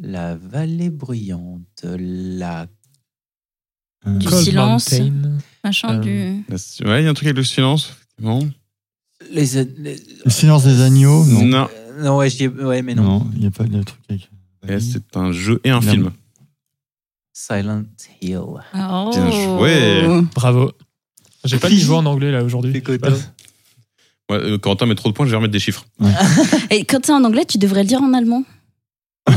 S2: La vallée bruyante. La.
S6: Euh,
S3: Du
S4: Cold
S3: silence.
S4: Mountain.
S3: Machin
S4: Euh,
S3: du.
S1: Ouais, il y a un truc avec le silence, effectivement.
S2: Les. les-
S6: Le silence des agneaux. Non.
S1: Non,
S2: euh, non, ouais, j'y ai- ouais, mais non.
S6: Non, il n'y a pas de truc avec. euh,
S1: Eh, c'est un jeu et un
S6: Non.
S1: film.
S2: Silent Hill.
S3: Oh.
S1: Bien joué.
S4: Bravo. J'ai pas de niveau en anglais là aujourd'hui.
S2: Fais
S4: Je sais
S2: coton.
S4: pas.
S1: Ouais, euh, Corentin met trop de points, je vais remettre des chiffres.
S3: Et quand c'est en anglais, tu devrais le dire en allemand.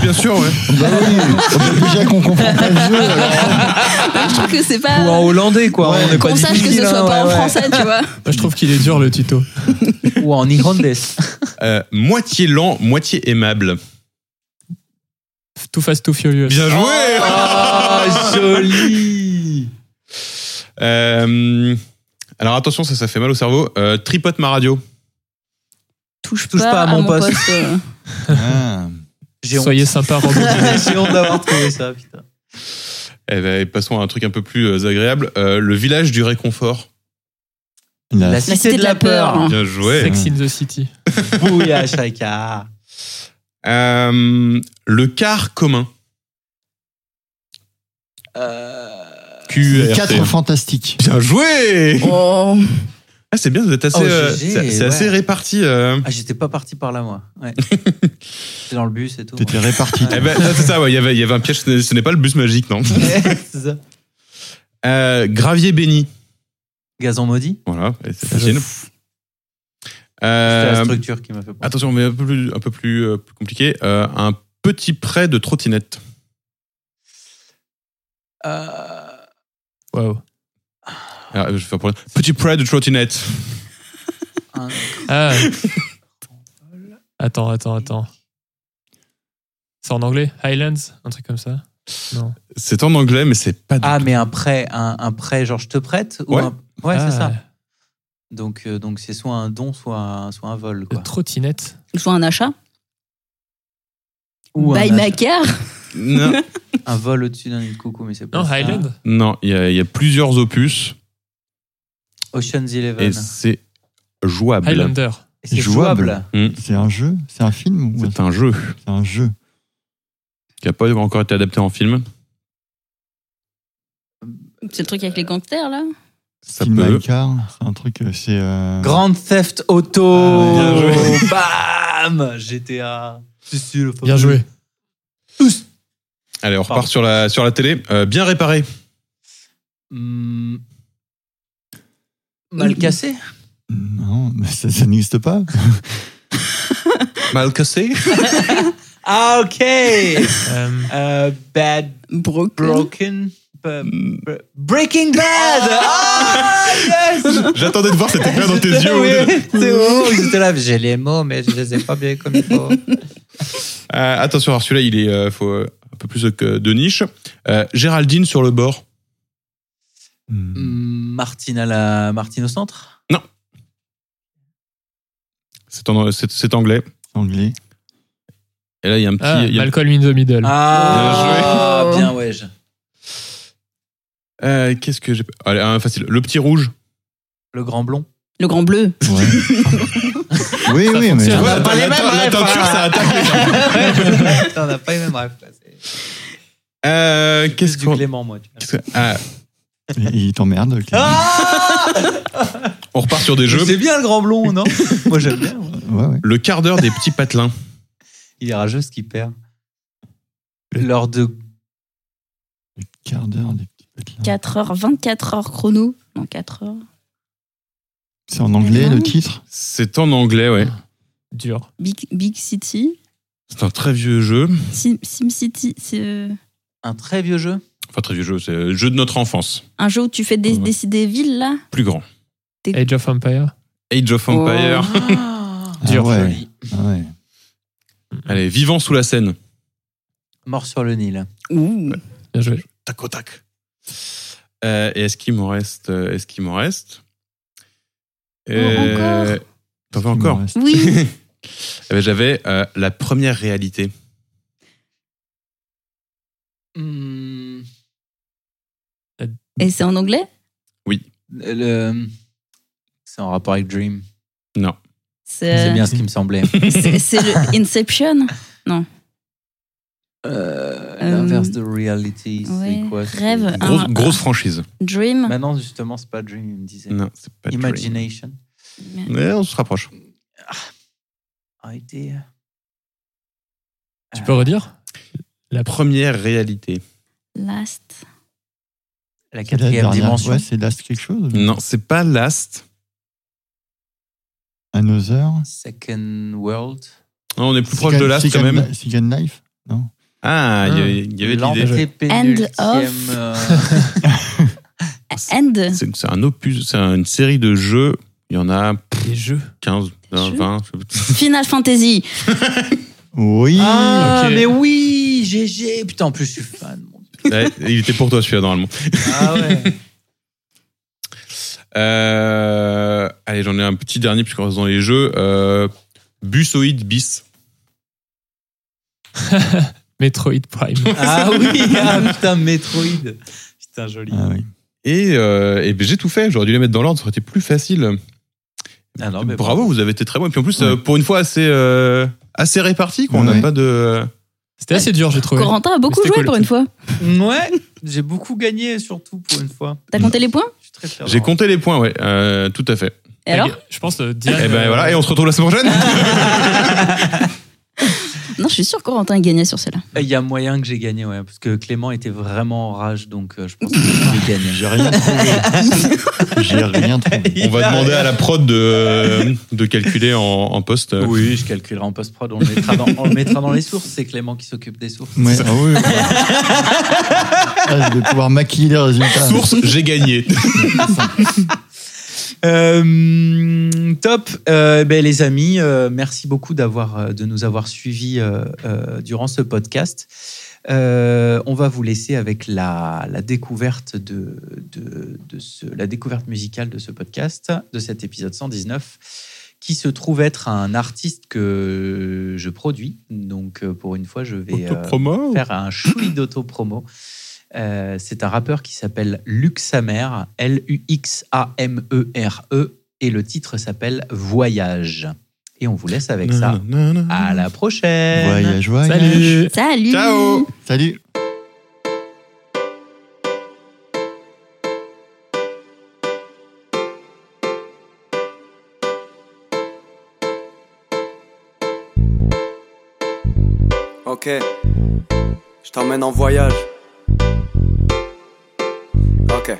S1: bien sûr, ouais.
S6: Bah oui, on déjà qu'on comprend pas le jeu. alors.
S3: je trouve que c'est
S2: Ou en
S3: pas.
S2: hollandais, quoi.
S6: Ouais,
S2: on est pas
S3: Qu'on sache que ce
S2: difficile,
S3: soit
S2: hein,
S3: pas
S2: ouais,
S3: en
S2: ouais.
S3: français, tu vois.
S4: Moi, je trouve qu'il est dur le tuto.
S2: Ou en irlandais.
S1: Euh, moitié lent, moitié aimable.
S4: Too Fast, Too Furious.
S1: Bien joué
S2: Ah, joli.
S1: Euh, Alors attention, ça, ça fait mal au cerveau. Euh, tripote ma radio.
S3: Touche,
S2: Touche pas à mon poste.
S3: euh.
S6: Ah.
S2: J'ai honte.
S4: Soyez sympa, Robin.
S2: J'ai honte d'avoir trouvé ça, putain.
S1: Eh ben, passons à un truc un peu plus euh, agréable. Euh, le village du réconfort.
S6: La-
S2: La cité de la peur.
S1: Bien joué.
S4: Sex in the City.
S2: Bouya, Chaka.
S1: Euh, le quart commun.
S2: Euh...
S1: QRT.
S6: Les quatre fantastiques.
S1: Bien joué
S3: Oh.
S1: ah, C'est bien, vous êtes assez,
S2: Oh,
S1: euh,
S2: GG,
S1: c'est c'est
S2: ouais.
S1: assez réparti. euh.
S2: Ah, j'étais pas parti par là, moi. Ouais. J'étais dans le bus et tout.
S6: T'étais
S2: moi.
S6: réparti.
S1: Eh ben, ça, c'est ça, ouais, il y avait- il y avait un piège, ce n'est- ce n'est pas le bus magique, non
S2: C'est ça.
S1: Euh, Gravier béni.
S2: Gazon maudit.
S1: Voilà, et c'est
S4: Je-
S1: facile.
S2: C'était la
S1: Euh,
S2: structure qui m'a fait penser.
S1: attention, mais un peu plus, un peu plus, euh, plus compliqué. Euh, un petit prêt de trottinette.
S2: Euh...
S4: Wow.
S1: Alors, Ah, je vais faire pour- Petit prêt de trottinette.
S2: Un...
S4: Ah. Attends, attends, attends. C'est en anglais Highlands Un truc comme ça Non.
S1: C'est en anglais, mais c'est pas du
S2: Ah, mais un prêt, un, un prêt, genre je te prête ou
S1: Ouais.
S2: un- ouais
S4: Ah,
S2: c'est ça. Donc, euh, donc c'est soit un don, soit un, soit un vol. Quoi.
S4: le Trottinette.
S3: Soit un achat.
S2: Ou un,
S3: Buy
S2: ach-
S3: my car.
S1: Non,
S2: un vol au-dessus d'un nid de coucou, mais c'est pas
S4: Non,
S2: ça.
S4: Highland
S1: non, il y, a- il y a plusieurs opus
S2: Ocean's
S1: et
S2: Eleven.
S1: c'est jouable.
S4: Highlander.
S2: Et c'est
S6: jouable.
S2: jouable.
S6: C'est un jeu C'est un film ou
S1: C'est un jeu
S6: c'est un jeu
S1: qui n'a pas encore été adapté en film.
S3: C'est le truc avec les gangsters, là.
S1: Ça
S6: Steel
S1: peut.
S6: My Car, c'est un truc, euh, c'est. euh,
S2: Grand Theft
S6: Ah,
S2: Auto.
S6: bien joué.
S2: Bam. GTA. C'est sûr, le fameux.
S4: Bien joué.
S1: Allez, on repart sur la, sur la télé. Euh, bien réparé.
S2: Hum, Mal cassé
S6: Non, mais ça, ça n'existe pas.
S1: Mal cassé
S2: Ah, ok Euh, Bad.
S3: Broken.
S2: Broken. b- b- Breaking Bad Mm. Ah, yes
S1: J'attendais de voir, c'était clair dans tes yeux. Euh,
S2: Oui, c'est bon, j'étais là, j'ai les mots, mais je les ai pas bien comme il faut.
S1: Euh, attention, alors celui-là, il est euh, faut, euh, un peu plus que de niche. Euh, Géraldine sur le bord.
S2: Hmm. Mm, Martine à la Martine au centre
S1: C'est en- c'est- c'est anglais.
S6: Anglais.
S1: Et là, il y a un petit.
S4: Ah,
S1: il y a-
S4: Malcolm in the Middle.
S1: Bien joué.
S2: Ah, Mm. bien ouais. je-
S1: Euh, Qu'est-ce que j'ai. Allez, un facile. Le petit rouge.
S2: Le grand blond.
S3: Le grand bleu.
S6: Ouais. oui, oui, mais.
S1: Ouais,
S2: pas
S1: attends,
S2: les mêmes
S1: attends, la
S2: rêves,
S1: teinture,
S2: hein.
S1: ça attaque les gens.
S2: on n'a pas les mêmes rêves. quoi, c'est-
S1: Euh, Qu'est-ce
S2: du
S1: qu'on.
S2: Clément, moi. tu vois.
S1: qu'est-ce que- ah,
S6: Il t'emmerde. ok.
S2: Ah
S1: on repart sur des jeux.
S2: C'est bien le grand blond, non Moi j'aime bien. moi.
S6: Ouais, ouais.
S1: Le quart d'heure des petits patelins.
S2: Il est rageux ce qu'il perd. Lors de.
S6: Le quart d'heure des petits patelins.
S3: 4 heures, 24 heures chrono. Non, 4 heures.
S6: C'est en anglais le titre
S1: C'est en anglais, ouais.
S4: Dur.
S3: Big, Big City.
S1: C'est un très vieux jeu.
S3: Sim, Sim City. C'est euh,
S2: Un très vieux jeu.
S1: Enfin, très vieux jeu. C'est le jeu de notre enfance.
S3: un jeu où tu fais des,
S1: Ouais.
S3: décider villes, là.
S1: Plus grand.
S4: Age of Empire.
S1: Age of Empire.
S6: Ah
S4: Dur.
S6: ouais. Ah ouais.
S1: Allez, vivant sous la Seine.
S2: Mort sur le Nil.
S3: Ouh.
S4: Bien joué.
S1: tac au tac. Euh, et est-ce qu'il m'en reste euh, Est-ce qu'il m'en reste Euh, T'en fais encore
S2: Hmm.
S6: Il me reste-
S3: Oui.
S1: Eh ben, J'avais euh, la première réalité.
S2: Hmm,
S3: Et c'est en anglais
S2: le- C'est en rapport avec Dream.
S1: Non.
S2: C'est
S3: C'est euh,
S2: bien ce qui me semblait.
S3: c'est- c'est le Inception.
S2: Euh,
S3: Euh,
S2: L'inverse de reality,
S3: ouais,
S2: c'est quoi c'est-
S3: rêve,
S1: Grosse,
S3: Ah.
S1: grosse franchise.
S3: Dream.
S2: Maintenant, justement, c'est pas Dream, il me disait.
S1: Non, c'est pas Dream.
S2: Imagination.
S1: Ouais, on se rapproche.
S2: Ah, Idea.
S4: Tu
S2: Euh.
S4: peux redire
S1: La première réalité.
S3: Last.
S2: La
S6: C'est la
S2: quatrième
S6: dernière-
S2: dimension.
S6: Ouais, c'est Last quelque chose
S1: Non, c'est pas Last.
S6: Another
S2: Second World.
S1: Non, on est plus proche de Last quand
S6: Second-
S1: même.
S6: Second Life Non.
S1: Ah, il y
S6: Hmm.
S1: avait- il y avait de l'idée.
S2: L'antépénultième,
S3: End of.
S2: euh,
S3: End.
S1: C'est c'est un opus, c'est une série de jeux. Il y en a
S4: Des jeux.
S1: 15,
S3: Jeux
S1: 20.
S3: Final Fantasy.
S6: Oui.
S2: Ah,
S4: Ok.
S2: mais oui, GG. Putain, en plus, je suis fan. mon Dieu.
S1: Ouais, Eh, il était pour toi celui-là normalement.
S2: Ah ouais.
S1: Euh, allez, j'en ai un petit dernier puisqu'on reste dans les jeux. Euh, Busoid bis.
S4: Metroid Prime.
S2: Ah oui, ah, putain, Metroid. Putain, joli.
S6: Ah oui.
S1: Et, euh, et ben, j'ai tout fait. J'aurais dû les mettre dans l'ordre, ça aurait été plus facile.
S2: Ah non, mais
S1: Bravo, vous avez été très bon. Et puis en plus,
S6: Ouais.
S1: euh, pour une fois, assez, euh, assez réparti. Quoi. On n'a
S6: Ouais. Ah
S1: pas de.
S4: C'était assez dur, j'ai trouvé.
S3: Corentin a beaucoup
S4: C'était
S3: joué
S4: cool.
S3: pour une fois.
S2: Ouais, j'ai beaucoup gagné, surtout pour une fois.
S3: T'as compté les points
S2: Je suis très fier.
S1: J'ai
S2: d'avoir-
S1: compté les points, ouais. Euh, tout à fait.
S3: Et alors
S4: Je pense euh,
S1: Et
S4: Diane.
S1: ben
S4: euh,
S1: voilà, et on se retrouve la semaine prochaine.
S3: Non, je suis sûre qu'Orentin gagnait sur celle-là.
S2: Il y a moyen que j'ai gagné, ouais, parce que Clément était vraiment en rage, donc euh, je pense que j'ai gagné.
S6: J'ai rien trouvé. J'ai rien trouvé.
S1: on va demander à la prod de, de calculer en, en poste. euh,
S2: Oui, je calculerai en post-prod, on, le mettra dans- on le mettra dans les sources. C'est Clément qui s'occupe des sources.
S6: Ouais, ah oui. Ah, je vais pouvoir maquiller les résultats.
S1: Source, j'ai gagné.
S2: Euh, top, Euh, ben, les amis, euh, merci beaucoup d'avoir euh, de nous avoir suivis euh, euh, durant ce podcast. Euh, on va vous laisser avec la, la découverte de, de, de ce, la découverte musicale de ce podcast, de cet épisode 119, qui se trouve être un artiste que je produis. Donc euh, pour une fois, je vais euh,
S1: Promo.
S2: faire un chouï d'auto-promo. Euh, c'est un rappeur qui s'appelle Luxamer, L-U-X-A-M-E-R-E, E et le titre s'appelle Voyage. Et on vous laisse avec ça. Ah, À la prochaine!
S6: Voyage, voyage.
S4: Salut
S3: Salut
S1: Ciao
S6: Salut.
S8: Ok.
S12: Je t'emmène en voyage. Ok.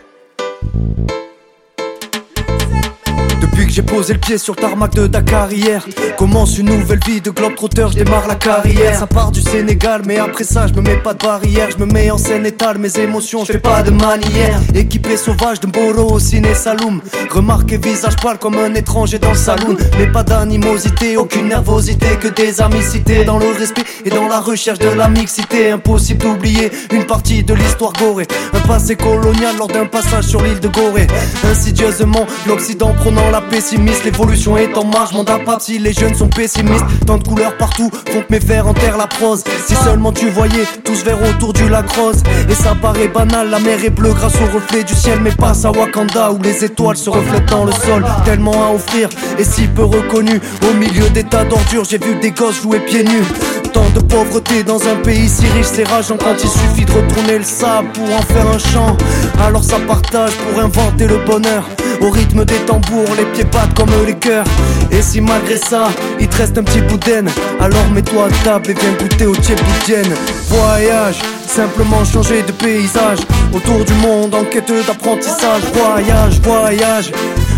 S12: Depuis que j'ai posé le pied sur le tarmac de Dakar hier Commence une nouvelle vie de globetrotter, je démarre la carrière Ça part du Sénégal mais après ça je me mets pas de barrière Je me mets en scène étale mes émotions, je fais pas de manière Équipé sauvage de Mboro au ciné saloum Remarque et visage pâle comme un étranger dans le saloon Mais pas d'animosité, aucune nervosité Que des amicités dans le respect et dans la recherche de la mixité Impossible d'oublier une partie de l'histoire gorée Un passé colonial lors d'un passage sur l'île de Gorée Insidieusement, l'Occident prônant la pessimiste L'évolution est en marche, m'en pas si les jeunes sont pessimistes Tant de couleurs partout font que mes vers enterrent la prose Si seulement tu voyais tous vers autour du lac rose Et ça paraît banal, la mer est bleue grâce au reflet du ciel Mais passe à Wakanda où les étoiles se reflètent dans le sol Tellement à offrir et si peu reconnu Au milieu des tas d'ordures, j'ai vu des gosses jouer pieds nus Tant de pauvreté dans un pays si riche, c'est rageant quand il suffit de retourner le sable pour en faire un champ. Alors ça partage pour inventer le bonheur. Au rythme des tambours, les pieds battent comme les cœurs. Et si malgré ça, il te reste un petit bout d'aine, alors mets-toi à table et viens goûter au tchèboudienne. Voyage, simplement changer de paysage. Autour du monde, en quête d'apprentissage. Voyage, voyage,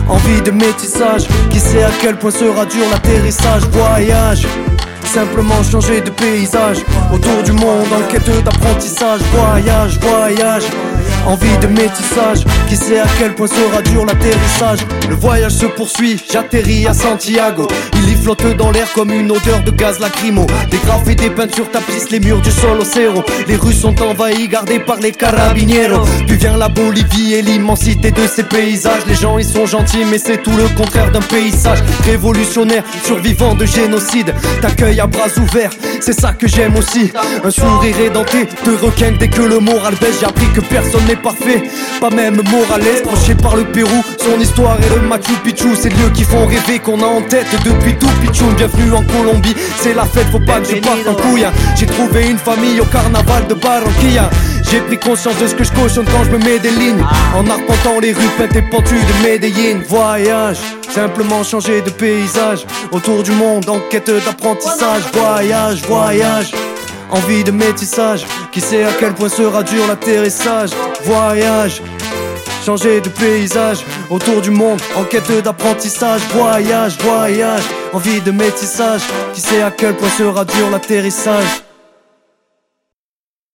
S12: envie de métissage. Qui sait à quel point sera dur l'atterrissage. Voyage. Simplement changer de paysage Autour du monde en quête d'apprentissage Voyage, voyage Envie de métissage Qui sait à quel point sera dur l'atterrissage Le voyage se poursuit, j'atterris à Santiago Il y flotte dans l'air comme une odeur de gaz lacrymo Des graphites, des peintures tapissent les murs du sol au cerro Les rues sont envahies, gardées par les carabinieros Puis vient la Bolivie et l'immensité de ses paysages Les gens ils sont gentils mais c'est tout le contraire d'un paysage Révolutionnaire, survivant de génocide T'accueille à bras ouverts, c'est ça que j'aime aussi Un sourire édenté, de requin dès que le moral baisse J'ai appris que personne n'est parfait, pas même Morales Penché par le Pérou, son histoire et le Machu Picchu Ces lieux qui font rêver qu'on a en tête depuis tout Pichoun, bienvenue en Colombie, c'est la fête, faut pas que je parte en couille hein. J'ai trouvé une famille au carnaval de Barranquilla J'ai pris conscience de ce que je cautionne quand je me mets des lignes En arpentant les rues peintes et pentues de Medellin Voyage, simplement changer de paysage Autour du monde en quête d'apprentissage Voyage, voyage Envie de métissage, qui sait à quel point sera dur l'atterrissage Voyage, changer de paysage Autour du monde, en quête d'apprentissage Voyage, voyage, envie de métissage Qui sait à quel point sera dur l'atterrissage